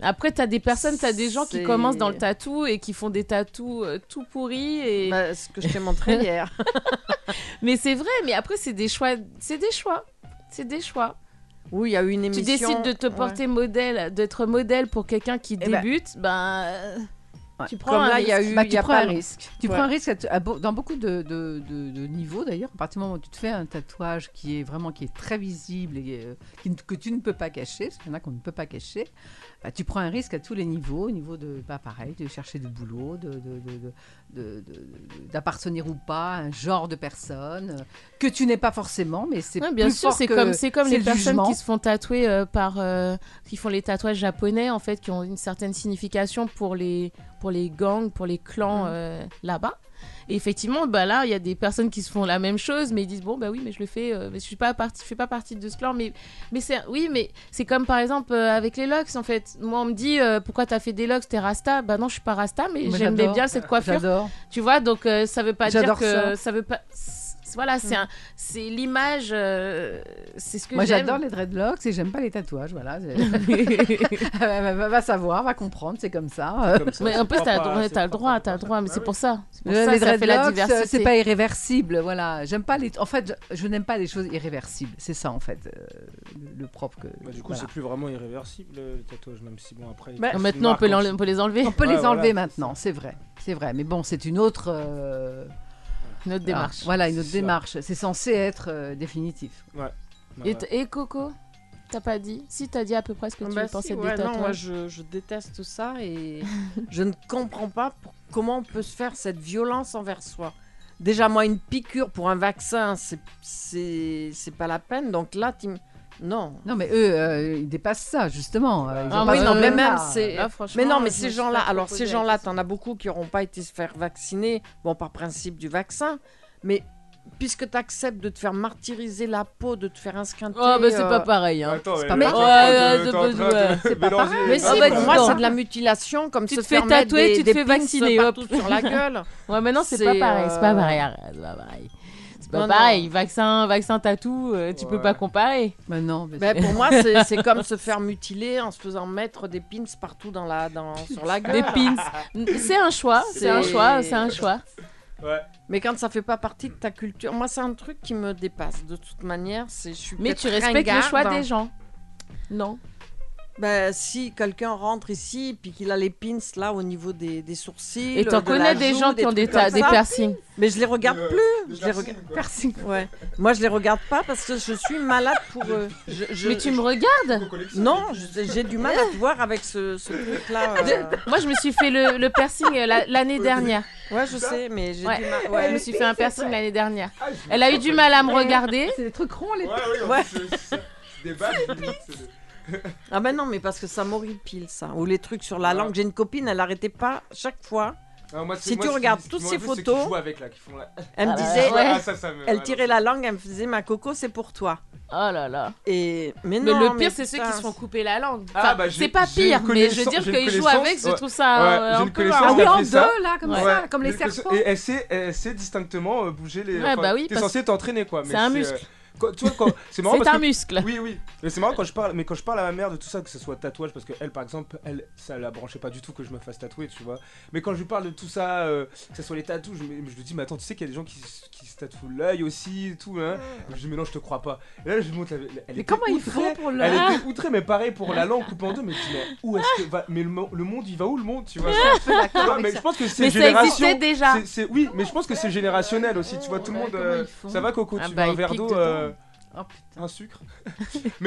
Après, t'as des personnes, t'as des gens qui C'est- commencent dans le tatou et qui font des tatous euh, tout pourris. Et... Bah, ce que je t'ai montré hier. Mais c'est vrai, mais après, c'est des choix. C'est des choix. C'est des choix. Oui, il y a eu une Tu émission. décides de te Ouais. Eh porter modèle, d'être modèle pour quelqu'un qui ben. débute, ben. euh, Ouais. Tu prends Comme un là, il y a risque. eu. Bah, il tu y a prends pas un risque. Tu Ouais. prends un risque à t- à beau- dans beaucoup de, de- de- de niveaux d'ailleurs. À partir du moment où tu te fais un tatouage qui est vraiment qui est très visible et euh, qui ne- que tu ne peux pas cacher, parce qu'il y en a qu'on ne peut pas cacher, bah, tu prends un risque à tous les niveaux, au niveau de bah, pareil, de chercher du boulot, de- de- de- de- de- de- d'appartenir ou pas à un genre de personne euh, que tu n'es pas forcément, mais c'est Ouais, bien plus sûr, fort c'est que- comme c'est comme c'est les le personnes jugement. qui se font tatouer euh, par euh, qui font les tatouages japonais en fait, qui ont une certaine signification pour les pour les gangs, pour les Mm. clans euh, là-bas. Et effectivement, bah là, il y a des personnes qui se font la même chose, mais ils disent bon bah oui, mais je le fais, euh, mais je suis pas partie, je fais pas partie de ce clan, mais mais c'est oui, mais c'est comme par exemple euh, avec les locks en fait. Moi, on me dit euh, pourquoi t'as fait des locks, t'es rasta. Bah non, je suis pas rasta, mais, Mais j'aimais j'adore. bien cette coiffure. J'adore. Tu vois, donc euh, ça veut pas dire J'adore que ça. Mm. ça. veut pas. c'est- Voilà, c'est un, c'est l'image, euh, c'est ce que Moi, j'aime. j'adore les dreadlocks et j'aime pas les tatouages. Voilà. va, va- va savoir, va comprendre, c'est comme ça. Comme ça, Mais en c'est plus, t'as, propre à- ouais, c'est t'as le propre droit, à- t'as le droit, mais Ah c'est oui. pour ça. C'est pour Euh, ça les que ça fait la dreadlocks, euh, diversité. c'est pas irréversible, voilà. J'aime pas les. En fait, je, je n'aime pas les choses irréversibles. C'est ça, en fait, euh, le, le propre que. Bah, du coup, voilà. c'est plus vraiment irréversible le tatouage, même si bon après. Non, maintenant, on peut, l'enle- on peut les enlever. On peut Ouais, les enlever voilà, maintenant, c'est vrai, c'est vrai. Mais bon, c'est une autre euh, Une autre démarche. ah, voilà, une autre C'est ça. démarche. C'est censé être euh, définitif. Et, t- et Coco, t'as pas dit Si, t'as dit à peu près ce que tu Bah si, pensais des ouais, non, tatouages. moi je, je déteste tout ça et je ne comprends pas pour- comment on peut se faire cette violence envers soi. Déjà, moi, une piqûre pour un vaccin, c'est- c'est c'est pas la peine. Donc là, t'im- non. Non, mais eux, euh, ils dépassent ça justement. euh, ils Ah ont pas oui, ce non, mais problème-là. même, c'est- Là, franchement, Mais non, mais je me ces suis gens-là, pas trop alors posé ces la gens-là, question. t'en as beaucoup qui n'auront pas été se faire vacciner, bon, par principe du vaccin, mais puisque tu acceptes de te faire martyriser la peau, de te faire insquinter. Oh, bah c'est euh, pas pareil. Hein. Attends, c'est mais là, pas pareil. t'es en Ouais, train ouais, de- c'est t'es en train pas de pareil. mélanger Mais les- si, Ah, bah, bah, pour dis moi, donc. c'est de la mutilation, comme Tu se te fais faire mettre tatouer, des- tu te des fais pinces vacciner, hop. partout sur la gueule. Ouais, mais non, c'est C'est, pas pareil. C'est pas euh, pareil. arrête, C'est pas pareil. C'est Non, pas non. pareil. Vaccin, vaccin tatou, euh, tu peux Ouais. pas comparer. Bah non, mais Ben, pour moi, c'est c'est comme se faire mutiler en se faisant mettre des pins partout dans la, dans, sur la gueule. Des pins. C'est un choix. C'est un C'est- choix. C'est un choix. Ouais. Mais quand ça fait pas partie de ta culture, moi, c'est un truc qui me dépasse. De toute manière, c'est je suis Mais peut-être tu respectes le choix ringarde. des gens. Non. Ben, si quelqu'un rentre ici puis qu'il a les pins là au niveau des, des sourcils, Et t'en de la connais des joue, gens qui ont des, trucs comme ta- des ça, piercings. Mais je les regarde Euh, plus. je Je les les regarde. ressens, quoi. Ouais. Moi, je les regarde pas parce que je suis malade pour eux. Je- je- Mais tu me regardes Non, je- j'ai du mal à te voir avec ce, ce truc-là. euh. Moi, je me suis fait le, le piercing euh, la- l'année dernière. euh. Ouais, je sais, mais j'ai Ouais. du mal. Ouais, je me Ouais. suis fait un piercing l'année dernière. Ah, je- Elle a eu du mal à me regarder. c'est des trucs ronds les. Ouais, ouais, en Ouais. plus, c'est- c'est des bagues, c'est des- Ah ben non, mais parce que ça m'horripile, ça. Ou les trucs sur la Ah. Ouais. langue. J'ai une copine, elle arrêtait pas chaque fois. Ah, moi, Si c'est- tu moi, regardes c'est- toutes moi, ces c'est ceux qui photos- jouent avec, là, qui font la- Elle me Ah là disait, là. Ouais. Ah, ça, ça me- elle ouais, tirait la langue, elle me faisait ma coco, c'est pour toi. Oh là là. Et mais Mais non. le mais pire, c'est ceux putain, qui se font couper la langue. Ah, Enfin, bah, j'ai- c'est pas j'ai une pire, mais je veux dire connaissance- j'ai qu'ils une jouent connaissance, avec, je ouais. trouve Ouais, ça euh, j'ai un une peu. connaissance Ah hein. on oui, a en fait deux ça. là, comme Ouais. ça, comme les Mais que- serpents. Et elle sait, elle sait distinctement euh, bouger les. Ouais, bah oui, T'es parce- censé t'entraîner quoi. mais C'est un euh, muscle. quand- tu vois, quand- C'est marrant C'est parce un que- muscle. Oui, oui. Mais c'est marrant quand je parle, mais quand je parle à ma mère de tout ça, que ce soit tatouage, parce que elle, par exemple, elle, ça la branchait pas du tout que je me fasse tatouer, tu vois. Mais quand je lui parle de tout ça, euh, que ce soit les tatouages, je, me- je lui dis, mais attends, tu sais qu'il y a des gens qui, s- qui se tatouent l'œil aussi et tout, hein. Je lui dis, mais non, je te crois pas. Et là, je lui montre la. la- elle Mais était comment ils outrée. font pour le. Elle Ah, était outrée, mais pareil pour la langue coupée en deux. Mais je dis, mais où est-ce que va Mais le, mo- le monde, il va où le monde, tu vois Tu vois, avec Mais ça. je pense que c'est Mais ça génération. existait déjà. c'est- c'est- oui, mais je pense que c'est générationnel aussi. Tu vois, tout le Ouais, monde. comment euh, ils font ça va, Coco, Ah tu bah, veux un ils verre piquent d'eau dedans. euh, Oh, putain. un sucre.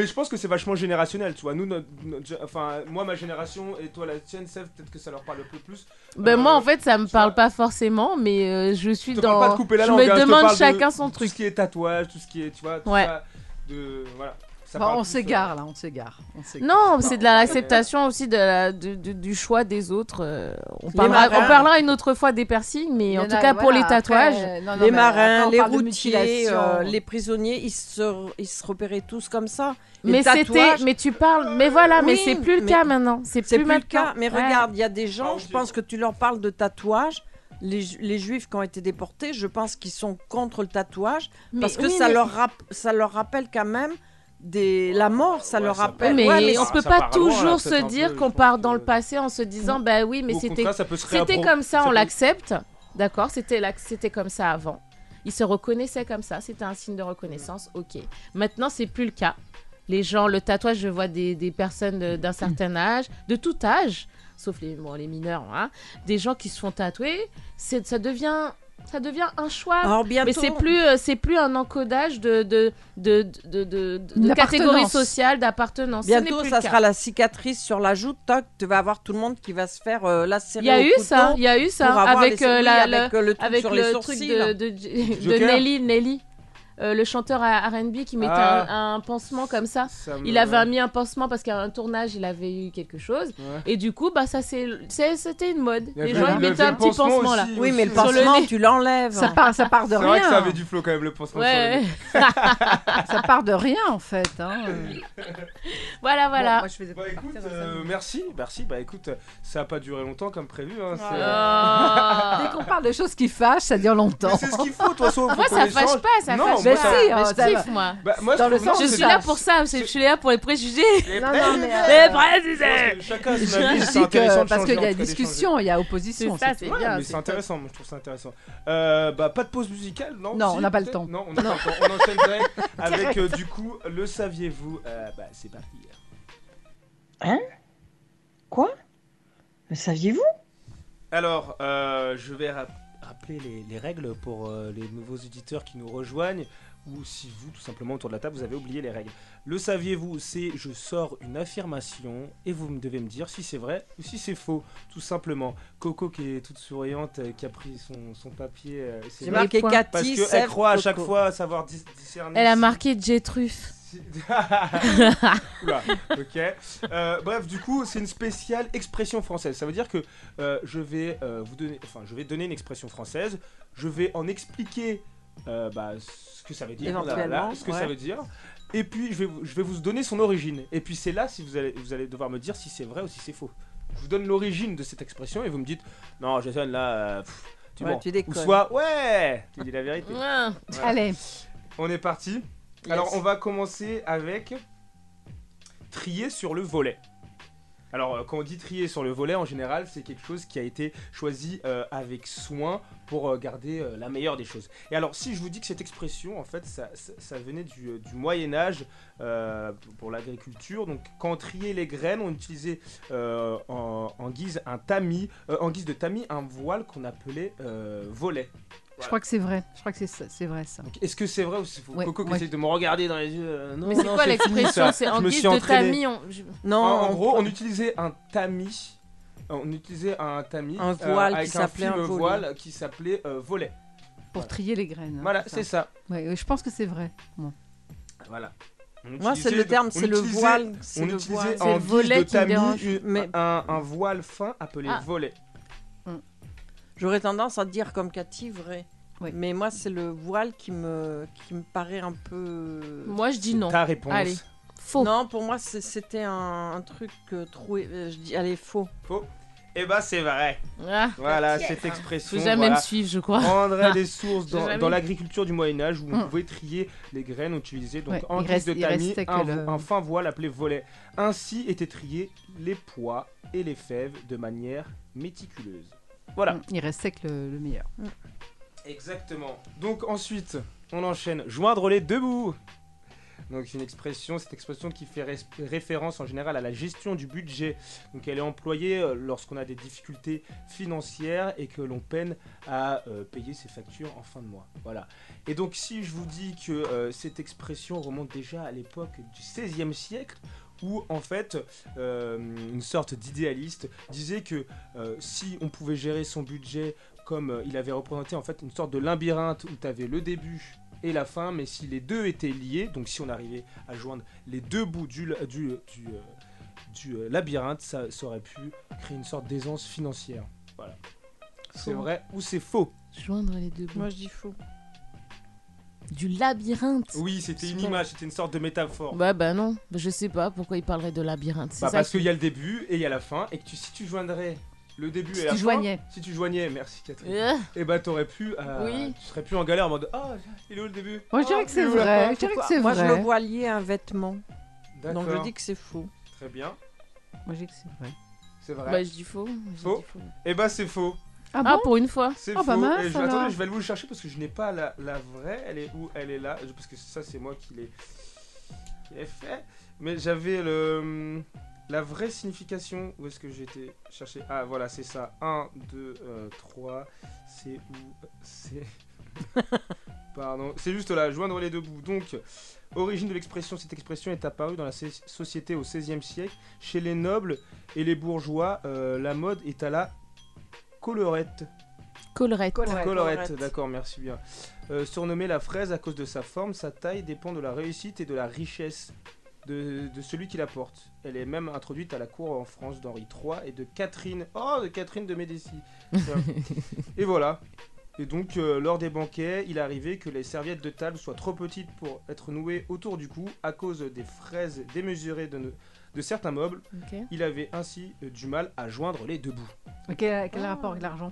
mais je pense que c'est vachement générationnel, tu vois. Nous, notre- notre- enfin, moi, ma génération et toi, la tienne, Sèvres, peut-être que ça leur parle un peu plus. Ben Euh, moi en fait ça me tu vois. parle pas forcément mais euh, je suis Je te dans parle pas de couper la je langue. hein, me te demande parle de chacun son Tout truc. ce qui est tatouage, tout ce qui est, tu vois, tout Ouais. ça, de, voilà. Ça Enfin, parle on plus, euh, s'égare là, on s'égare. on s'égare. Non, c'est de la on- acceptation aussi de la- du- du- du choix des autres. euh, on, Les parlera, marins. on parlera une autre fois des piercings, mais Il y en en tout a, cas pour voilà, les après, tatouages, euh, non, non, Les mais marins, après, on les parle de routiers, mutilation. euh, les prisonniers, ils se, ils se repéraient tous comme ça. Les mais c'était, tatouages, mais tu parles, mais voilà, mais Oui, c'est plus le mais- cas maintenant, c'est C'est plus, plus le cas. Mais maintenant. Ouais. regarde, il y a des gens, Ah, je ok. pense que tu leur parles de tatouage. Les, ju- les juifs qui ont été déportés, je pense qu'ils sont contre le tatouage Mais parce que oui, ça, mais- leur rap- ça leur rappelle quand même des, la mort, ça Oh, Ouais, leur ça Oui, rappelle. mais, Ouais, mais on ça- peut ça pas part loin, là, toujours peut-être se un dire peu, qu'on je part pense dans que- le passé en se disant bah oui mais Au c'était contraire, ça peut se C'était réappro- comme ça, on peut- l'accepte. D'accord, c'était l'ac- c'était comme ça avant. Ils se reconnaissaient comme ça, c'était un signe de reconnaissance, ok. Maintenant, c'est plus le cas. Les gens, le tatouage, je vois des, des personnes de- d'un certain âge, de tout âge, sauf les, bon, les mineurs, hein, des gens qui se font tatouer, c'est- ça devient, ça devient un choix. Alors bientôt, Mais c'est plus, euh, c'est plus un encodage de, de, de, de, de- de- de Une catégorie appartenance. sociale, d'appartenance. Ce n'est Bientôt, plus ça le cas. sera la cicatrice sur la joue. Toc, tu vas avoir tout le monde qui va se faire euh, lacérer. Il y a au eu couteau ça, il y a eu ça, pour avoir avec les- euh, oui, la, le- avec, euh, le truc avec sur le les truc sourcils. de, de, de Joker Nelly, Nelly, euh, le chanteur à R&B qui mettait Ah. Mm, un, un pansement comme ça. Ça me- hein. Il avait mis un pansement parce qu'à un tournage, il avait eu quelque chose. Ouais. Et du coup, bah ça c'est, c'est- c'était une mode. Il y avait- Les gens ils il y mettaient avait un le petit pansement, là. aussi, Oui, mais le aussi. Sur le pansement, nez. tu l'enlèves. Ça part, ça part de C'est vrai que ça rien. avait du flow quand même, le pansement. sur le Ouais. nez. Ça part de rien en fait. hein. voilà, voilà. Bon, moi, je faisais Bah partie écoute, de ça. euh, merci, merci. Bah écoute, ça a pas duré longtemps comme prévu. Hein, Oh. c'est- Ah. Dès qu'on parle de choses qui fâchent, ça dure Mais longtemps. euh, c'est ce qu'il faut, de toute façon. faut Moi qu'on ça fâche échange. pas, ça Non, fâche moi, pas. ça- Mais si, Mais hein, je ça va. kiffe, moi. Bah, moi, Dans je le trouve- sens, non, Je c'est- suis là pour ça, je suis là pour les préjugés. Les Non, non, mais, euh, Les Parce préjugés. que Chacun a son avis, Je c'est dis intéressant que de changer, parce qu'il y en a tout cas, d'échanger. discussion, il y a opposition. C'est ça, c'est c'est tout. Ouais, bien. mais c'est intéressant, moi je trouve ça intéressant. Euh, bah, pas de pause musicale, non Non, si, on n'a pas le peut-être temps. Non, on n'a pas le temps. On enchaîne direct avec euh, du coup, le saviez-vous Euh, Bah, c'est parti. Hein Quoi Le saviez-vous Alors, euh, je vais rap- rappeler les, les règles pour euh, les nouveaux éditeurs qui nous rejoignent, ou si vous, tout simplement, autour de la table, vous avez oublié les règles. Le saviez-vous, c'est je sors une affirmation, et vous me devez me dire si c'est vrai ou si c'est faux, tout simplement. Coco, qui est toute souriante, euh, qui a pris son, son papier, euh, c'est J'ai vrai, marqué points. Cathy, parce qu'elle Sèvres, croit à chaque Coco. fois savoir dis- discerner... Elle a si- marqué J truffe. si- Oula, ok. Euh, bref, du coup, c'est une spéciale expression française. Ça veut dire que euh, je vais euh, vous donner, enfin, je vais donner une expression française. Je vais en expliquer euh, bah, ce que ça veut dire, Éventuellement, voilà, ce que ouais. ça veut dire. Et puis je vais, vous- je vais vous donner son origine. Et puis c'est là si vous allez, vous allez devoir me dire si c'est vrai ou si c'est faux. Je vous donne l'origine de cette expression et vous me dites non, Jason là, euh, pff, tu Ouais, mens. tu ou déconnes. soit ouais, tu dis la vérité. Ah, Voilà. Allez, On est parti. Alors, on va commencer avec trier sur le volet. Alors, euh, quand on dit trier sur le volet, en général, c'est quelque chose qui a été choisi euh, avec soin pour euh, garder euh, la meilleure des choses. Et alors, si je vous dis que cette expression, en fait, ça, ça- ça venait du, euh, du Moyen Âge euh, pour l'agriculture. Donc, quand on triait les graines, on utilisait euh, en, en guise un tamis, euh, en guise de tamis, un voile qu'on appelait euh, volet. je crois que c'est vrai. Je crois que c'est ça- c'est vrai ça. Donc, Est-ce que c'est vrai ou c'est faux Ouais, Coco qui ouais. essaie de me regarder dans les yeux. euh, non, Mais c'est non, quoi fini, l'expression ça. C'est Je en me guise suis de entraîné. tamis. on- je- Non, En, en on- gros, on utilisait un tamis. euh, On utilisait un tamis Un voile qui avec un s'appelait film un volet. voile qui s'appelait euh, volet. Pour trier les graines. hein, Voilà, c'est ça. Ouais, ouais, je pense que c'est vrai. Voilà. On Moi, c'est utilisait- le terme, on c'est le utilisait- voile. c'est On le voile. utilisait C'est en le guise volet de qui me dérange. tamis une- Mais- un, un voile fin appelé Ah. volet. J'aurais tendance à dire comme Cathy, vrai. Oui. Mais moi, c'est le voile qui me, qui me paraît un peu. Moi, je dis C'est non. Ta réponse. Allez. Faux. Non, pour moi, c'est- c'était un, un truc euh, troué. Euh, Je dis, allez, faux. Eh ben, c'est vrai. Ah, Voilà, Yes. cette expression. faut jamais voilà. me suivre, je crois. prendrait des sources J'ai dans, jamais dans eu. l'agriculture du Moyen Âge où on Mm. pouvait trier les graines utilisées donc Ouais, en il guise reste- de il tamis, restait que un, le- un fin voile appelé volet. Ainsi étaient triés les pois et les fèves de manière méticuleuse. Voilà. Mm, Il restait que le, le meilleur. Exactement. Donc ensuite, on enchaîne joindre les deux bouts. Donc une expression, cette expression qui fait res- référence en général à la gestion du budget. Donc elle est employée euh, lorsqu'on a des difficultés financières et que l'on peine à euh, payer ses factures en fin de mois. Voilà. Et donc si je vous dis que euh, cette expression remonte déjà à l'époque du XVIe siècle, où en fait euh, une sorte d'idéaliste disait que euh, si on pouvait gérer son budget comme euh, il avait représenté en fait une sorte de labyrinthe où tu avais le début et la fin, mais si les deux étaient liés, donc si on arrivait à joindre les deux bouts du, la- du, du, euh, du, euh, labyrinthe, ça, ça aurait pu créer une sorte d'aisance financière. Voilà. C'est Faux. vrai ou c'est faux Joindre les deux bouts. Moi, je dis faux. Du labyrinthe. Oui, c'était une C'est- image, c'était une sorte de métaphore. Bah, bah non. Bah, Je sais pas pourquoi il parlerait de labyrinthe. C'est Bah, ça parce qui- qu'il y a le début et il y a la fin, et que tu, si tu joindrais le début Si et la tu fin, joignais. si tu joignais, merci Catherine, Euh, et bah t'aurais pu, euh, Oui. tu serais plus en galère en mode ah il est où le début Moi, Ah, je dirais que il est c'est où la vrai. fin Je dirais que Pourquoi c'est moi, vrai. je le vois lié à un vêtement. Donc, je D'accord. dis que c'est faux. Très bien, Moi, je dis que c'est vrai. c'est vrai. Bah, je dis faux. Je dis Faux. Eh ben c'est faux, Ah Ah, bon pour une fois. c'est Oh, faux. bah mince, Et je, alors. attendez, je vais aller vous le chercher parce que je n'ai pas la, la vraie. Elle est où Elle est là. Je- Parce que ça, c'est moi qui l'ai qui l'ai fait. Mais j'avais le hum, la vraie signification. Où est-ce que j'étais cherché Ah, voilà, c'est ça. 1, 2, 3. C'est où C'est. Pardon. C'est juste là, joindre les deux bouts. Donc, origine de l'expression. Cette expression est apparue dans la sé- société au XVIe siècle. Chez les nobles et les bourgeois, euh, la mode est à la collerette. Collerette. Collerette. Colorette, Colorette. d'accord, merci bien. Euh, surnommée la fraise à cause de sa forme, sa taille dépend de la réussite et de la richesse de, de celui qui la porte. Elle est même introduite à la cour en France d'Henri III et de Catherine. Oh, de Catherine de Médicis. Tiens. et voilà. Et donc, euh, lors des banquets, il arrivait que les serviettes de table soient trop petites pour être nouées autour du cou à cause des fraises démesurées de, no- de certains meubles. Ok. Il avait ainsi euh, du mal à joindre les deux bouts. Mais Quel, quel rapport avec l'argent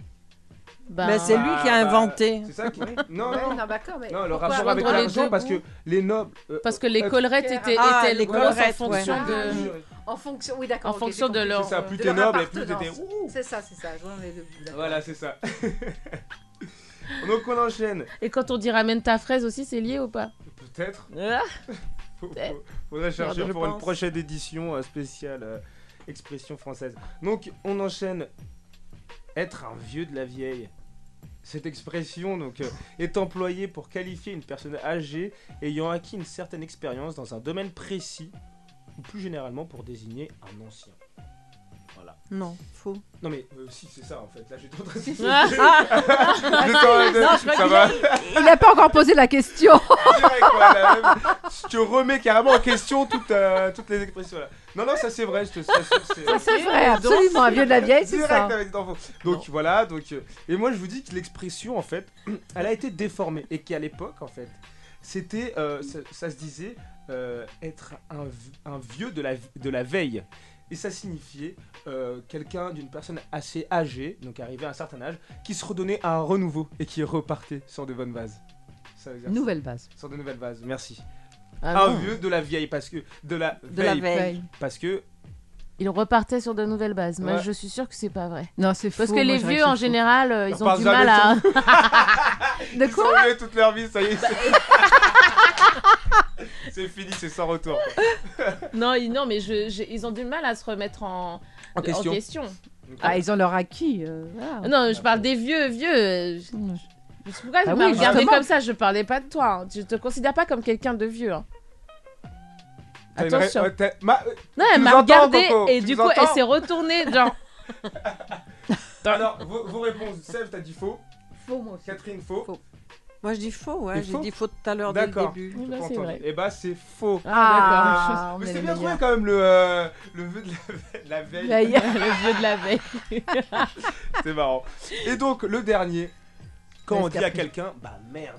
Bah, Mais c'est lui qui a bah, inventé. C'est ça qui. Non, Ouais, non, non, d'accord, mais non, le Pourquoi rapport avec vendre les l'argent, deux parce que bouts les nobles. euh, Parce que les euh, collerettes étaient, Ah, étaient les grosses en collerettes, fonction ouais. de. euh, en fonction, oui, d'accord. En ok, fonction j'ai de compris. leur- C'est ça, plus de t'es leur noble et plus t'étais. appartenance. C'est ça, c'est ça. Je vois les deux bouts, d'accord. Voilà, c'est ça. Donc on enchaîne. Et quand on dit ramène ta fraise aussi, c'est lié ou pas Peut-être. Ah, faut- Peut-être. faut- Faudrait chercher de pour une France. prochaine édition euh, spéciale euh, expression française. Donc on enchaîne. Être un vieux de la vieille. Cette expression donc, euh, est employée pour qualifier une personne âgée ayant acquis une certaine expérience dans un domaine précis ou plus généralement pour désigner un ancien. Voilà. Non, faux. Non, mais euh, si, c'est ça en fait. Là, j'ai tout Ah, Ça va Il n'a pas encore posé la question. direct, quoi, là, même. Tu remets carrément en question toute, euh, toutes les expressions là. Non, non, ça c'est vrai, je te j'assure, c'est- Ça, c'est vrai, absolument. Un vieux de la vieille, c'est Direct ça. avec des enfants. Donc voilà, donc euh, et moi je vous dis que l'expression en fait, elle a été déformée et qu'à l'époque en fait, c'était euh, ça, ça se disait euh, être un, v- un vieux de la de la veille et ça signifiait euh, quelqu'un d'une personne assez âgée, donc arrivé à un certain âge, qui se redonnait à un renouveau et qui repartait sur de bonnes bases. Ça veut dire ça. Nouvelle base. Sur de nouvelles bases. Merci. Ah un bon. vieux de la vieille parce que de la De la veille, veille. parce que Ils repartaient sur de nouvelles bases. Moi, Ouais. je suis sûre que c'est pas vrai. Non, c'est faux. Parce que moi, les je dirais vieux, en c'est faux. général, euh, Ils ils ont repartent du jamais mal à. De Ils quoi sont vieux toute leur vie, ça y est. c'est- C'est fini, c'est sans retour. quoi. non, ils- non, mais je- j'ai- ils ont du mal à se remettre en, En question. Donc, Ah, ils ont leur acquis. euh, voilà. Non, je parle des vieux, vieux. euh, je- Mm. je- Pourquoi Bah tu oui, m'as regardé justement. comme ça Je parlais pas de toi. hein. Je te considère pas comme quelqu'un de vieux. hein. t'as une ré- Attention. ouais, t'as- ma- euh, Non, Tu elle nous m'a entends, regardé Coco et Tu du nous coup, elle entends s'est retournée. Genre, Alors, vos, vos réponses. Sèvres, t'as dit faux. Faux, moi aussi. Catherine, faux. Faux. Moi, je dis faux, ouais. Mais J'ai faux. dit faux tout à l'heure dès le D'accord. début. Oui, bah, c'est vrai. Et bah, c'est faux. Ah, on Mais est c'est les bien trouvé meilleurs. quand même le, euh, le vœu de la, de la veille. Veille. le vieux de la veille. C'est marrant. Et donc, le dernier, quand on dit à Escapé. quelqu'un, bah merde.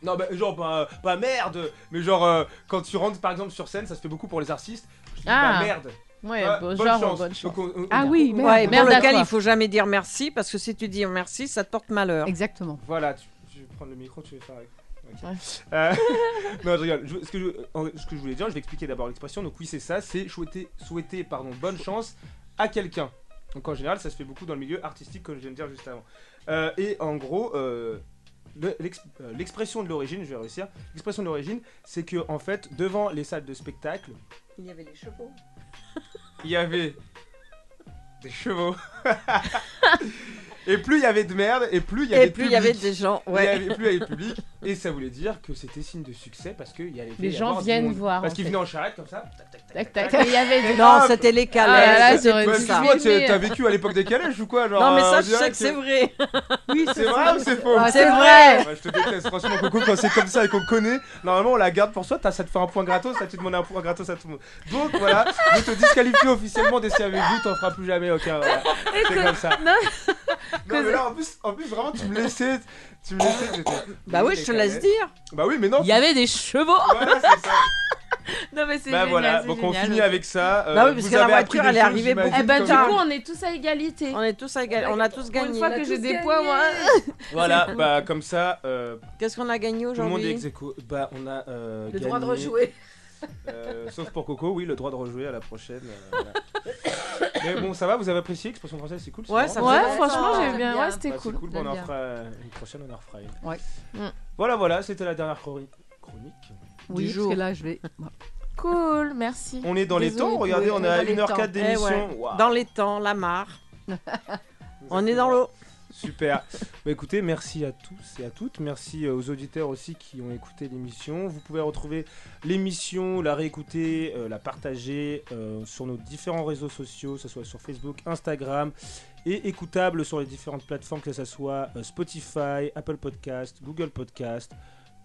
Non, bah, genre, bah, euh, pas merde, mais genre, euh, quand tu rentres par exemple sur scène, ça se fait beaucoup pour les artistes. Je dis, bah Ah. merde. Ouais, Ah, bon, genre, bonne chance. Donc, on- on- Ah on- oui, on- merde. Ouais, pour Merde à lequel toi. il faut jamais dire merci parce que si tu dis merci, ça te porte Ah, malheur. Exactement. Voilà, tu, je vais prendre le micro, tu vas faire avec. Ok. Ouais. Euh, non, je rigole. Je- ce, que je, en- ce que je voulais dire, je vais expliquer d'abord l'expression. Donc, oui, c'est ça c'est souhaiter, souhaiter pardon, bonne chance à quelqu'un. Donc, en général, ça se fait beaucoup dans le milieu artistique, comme je viens de dire juste avant. Euh, et en gros, euh, le- l'ex- euh, l'expression de l'origine, je vais réussir. L'expression de l'origine, c'est que, en fait, devant les salles de spectacle, Il y avait les chevaux. il y avait des chevaux. et plus il y avait de merde, et plus il y avait Et de puis il y avait public. des gens, Il y ouais. avait plus avec le public et ça voulait dire que c'était signe de succès parce que il y avait Les y gens avoir du viennent monde. voir, parce en qu'ils fait. venaient en charrette comme ça. Tac, tac, Tac, tac. Et il y avait des. Non, Hop. c'était les Ah là là, calèches. j'aurais Bah, dû Excuse-moi, filmer. t'as t'as vécu à l'époque des calèches ou quoi genre, Non, mais euh, on ça, je dirait sais que c'est vrai. Oui, C'est vrai ou c'est faux Ah, C'est vrai. Ouais, Je te déteste, franchement, Coco, quand c'est comme ça et qu'on connaît, normalement on la garde pour soi, t'as- ça te fait un point gratos, ça tu demandes un point gratos à tout le monde. Donc voilà, je te disqualifie officiellement des avec vous, t'en feras plus jamais aucun. voilà. C'est comme ça. Non. Non, mais là en plus, en plus vraiment tu me laissais, tu me laissais. j'étais- Bah oui, je te laisse dire. Bah oui, mais non. Il y avait des chevaux. Voilà, c'est ça. Non, mais c'est Bah génial. voilà, c'est donc on génial. finit avec ça. Euh, Bah oui, parce vous que la avez appris voiture, des elle est choses, arrivée j'imagine, Eh ben, comme du ça. coup, on est tous à égalité. On est tous à égal- On a tous Bah, Pour une gagné. fois que j'ai des points, moi. Voilà, bah comme ça, euh, Qu'est-ce qu'on a gagné tout le monde est aujourd'hui ex aequo. Bah on a. euh, Le droit de gagné, rejouer. euh, sauf pour Coco, oui, le droit de rejouer à la prochaine. euh, voilà. Mais bon, ça va, vous avez apprécié l'expression française, c'est cool. c'est Ouais, marrant. ça faisait Ouais, longtemps. franchement, j'ai bien. Bien. Ouais, c'était Bah, cool. C'est cool, bon, on en Bien. fera euh, une prochaine, on en refera une. Ouais. Mm. Voilà, voilà, c'était la dernière chroni- chronique. Oui, Du parce jour. que là, je vais. Cool, merci. On est dans les Désolée, temps, Chloé, regardez, on on est est à dans les 1h04 Eh ouais. d'émission. Waouh. Dans les temps, la mare. On est dans l'eau. Super. Bah écoutez, merci à tous et à toutes. Merci euh, aux auditeurs aussi qui ont écouté l'émission. Vous pouvez retrouver l'émission, la réécouter, euh, la partager euh, sur nos différents réseaux sociaux, que ce soit sur Facebook, Instagram et écoutable sur les différentes plateformes, que ce soit euh, Spotify, Apple Podcast, Google Podcast,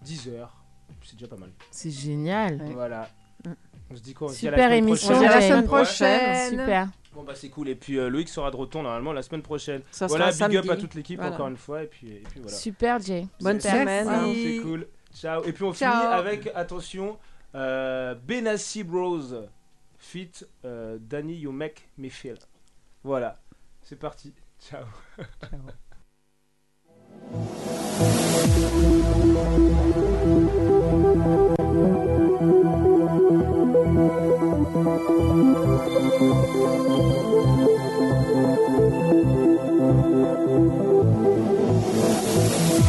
Deezer. C'est déjà pas mal. C'est génial. Ouais. Voilà. On se dit quoi On se dit à la Super semaine émission. prochaine. On se dit à la Jane. semaine prochaine. Super. Bon bah c'est cool. Et puis euh, Loïc sera de retour normalement la semaine prochaine. Ça voilà, sera big samedi. up à toute l'équipe Voilà. encore une fois. Et puis, et puis voilà. Super, Jay. Bonne C'est- semaine. Voilà, Merci. c'est cool. Ciao. Et puis on Ciao. finit avec, attention, euh, Benassi Bros. Fit euh, Danny You Make Me Feel. Voilà, c'est parti. Ciao.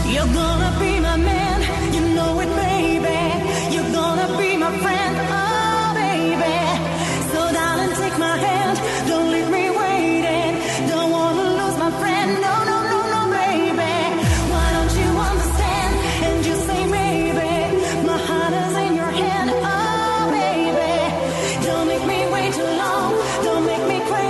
You're gonna be my man, you know it, baby. You're gonna be my friend, oh baby. So darling, take my hand, don't leave me waiting. Don't wanna lose my friend, no, no, no, no, baby. Why don't you understand and just say maybe? My heart is in your hand, oh baby. Don't make me wait too long, don't make me crazy.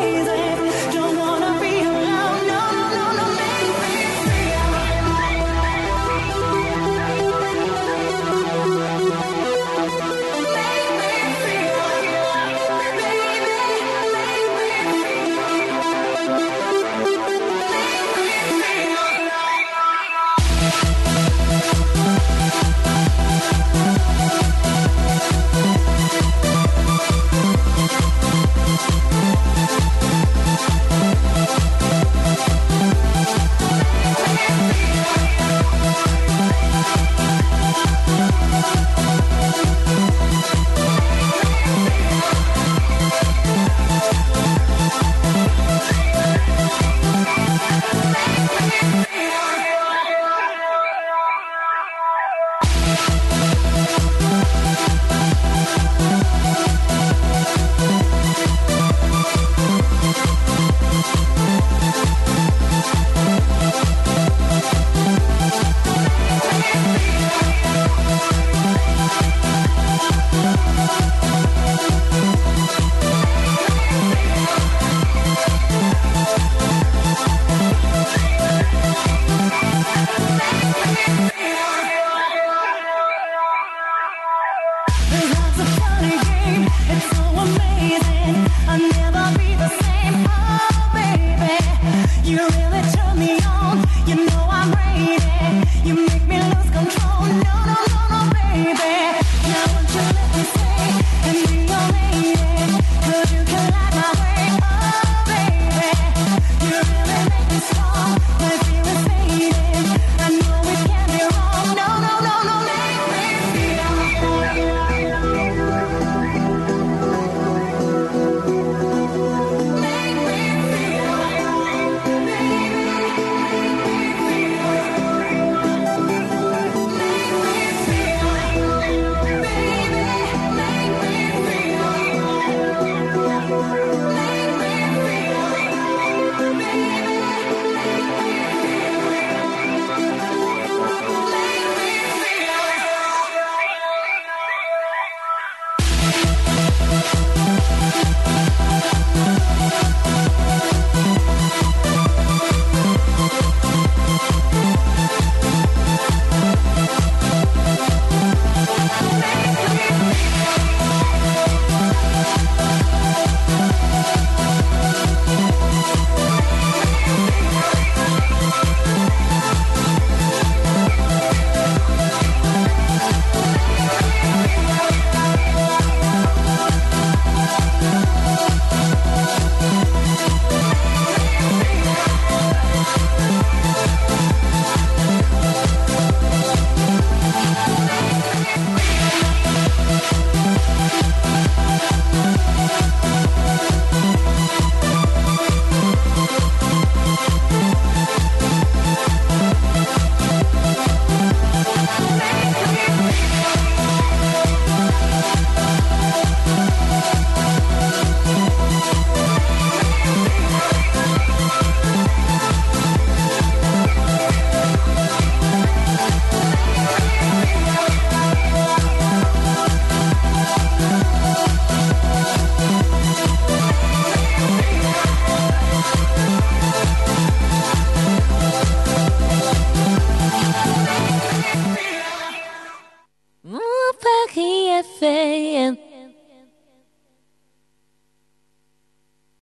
You really turn me on. You know I'm ready. You make me lose control. No, no, no, no, baby. Now won't you let me stay and be your lady? 'Cause you can light my way up.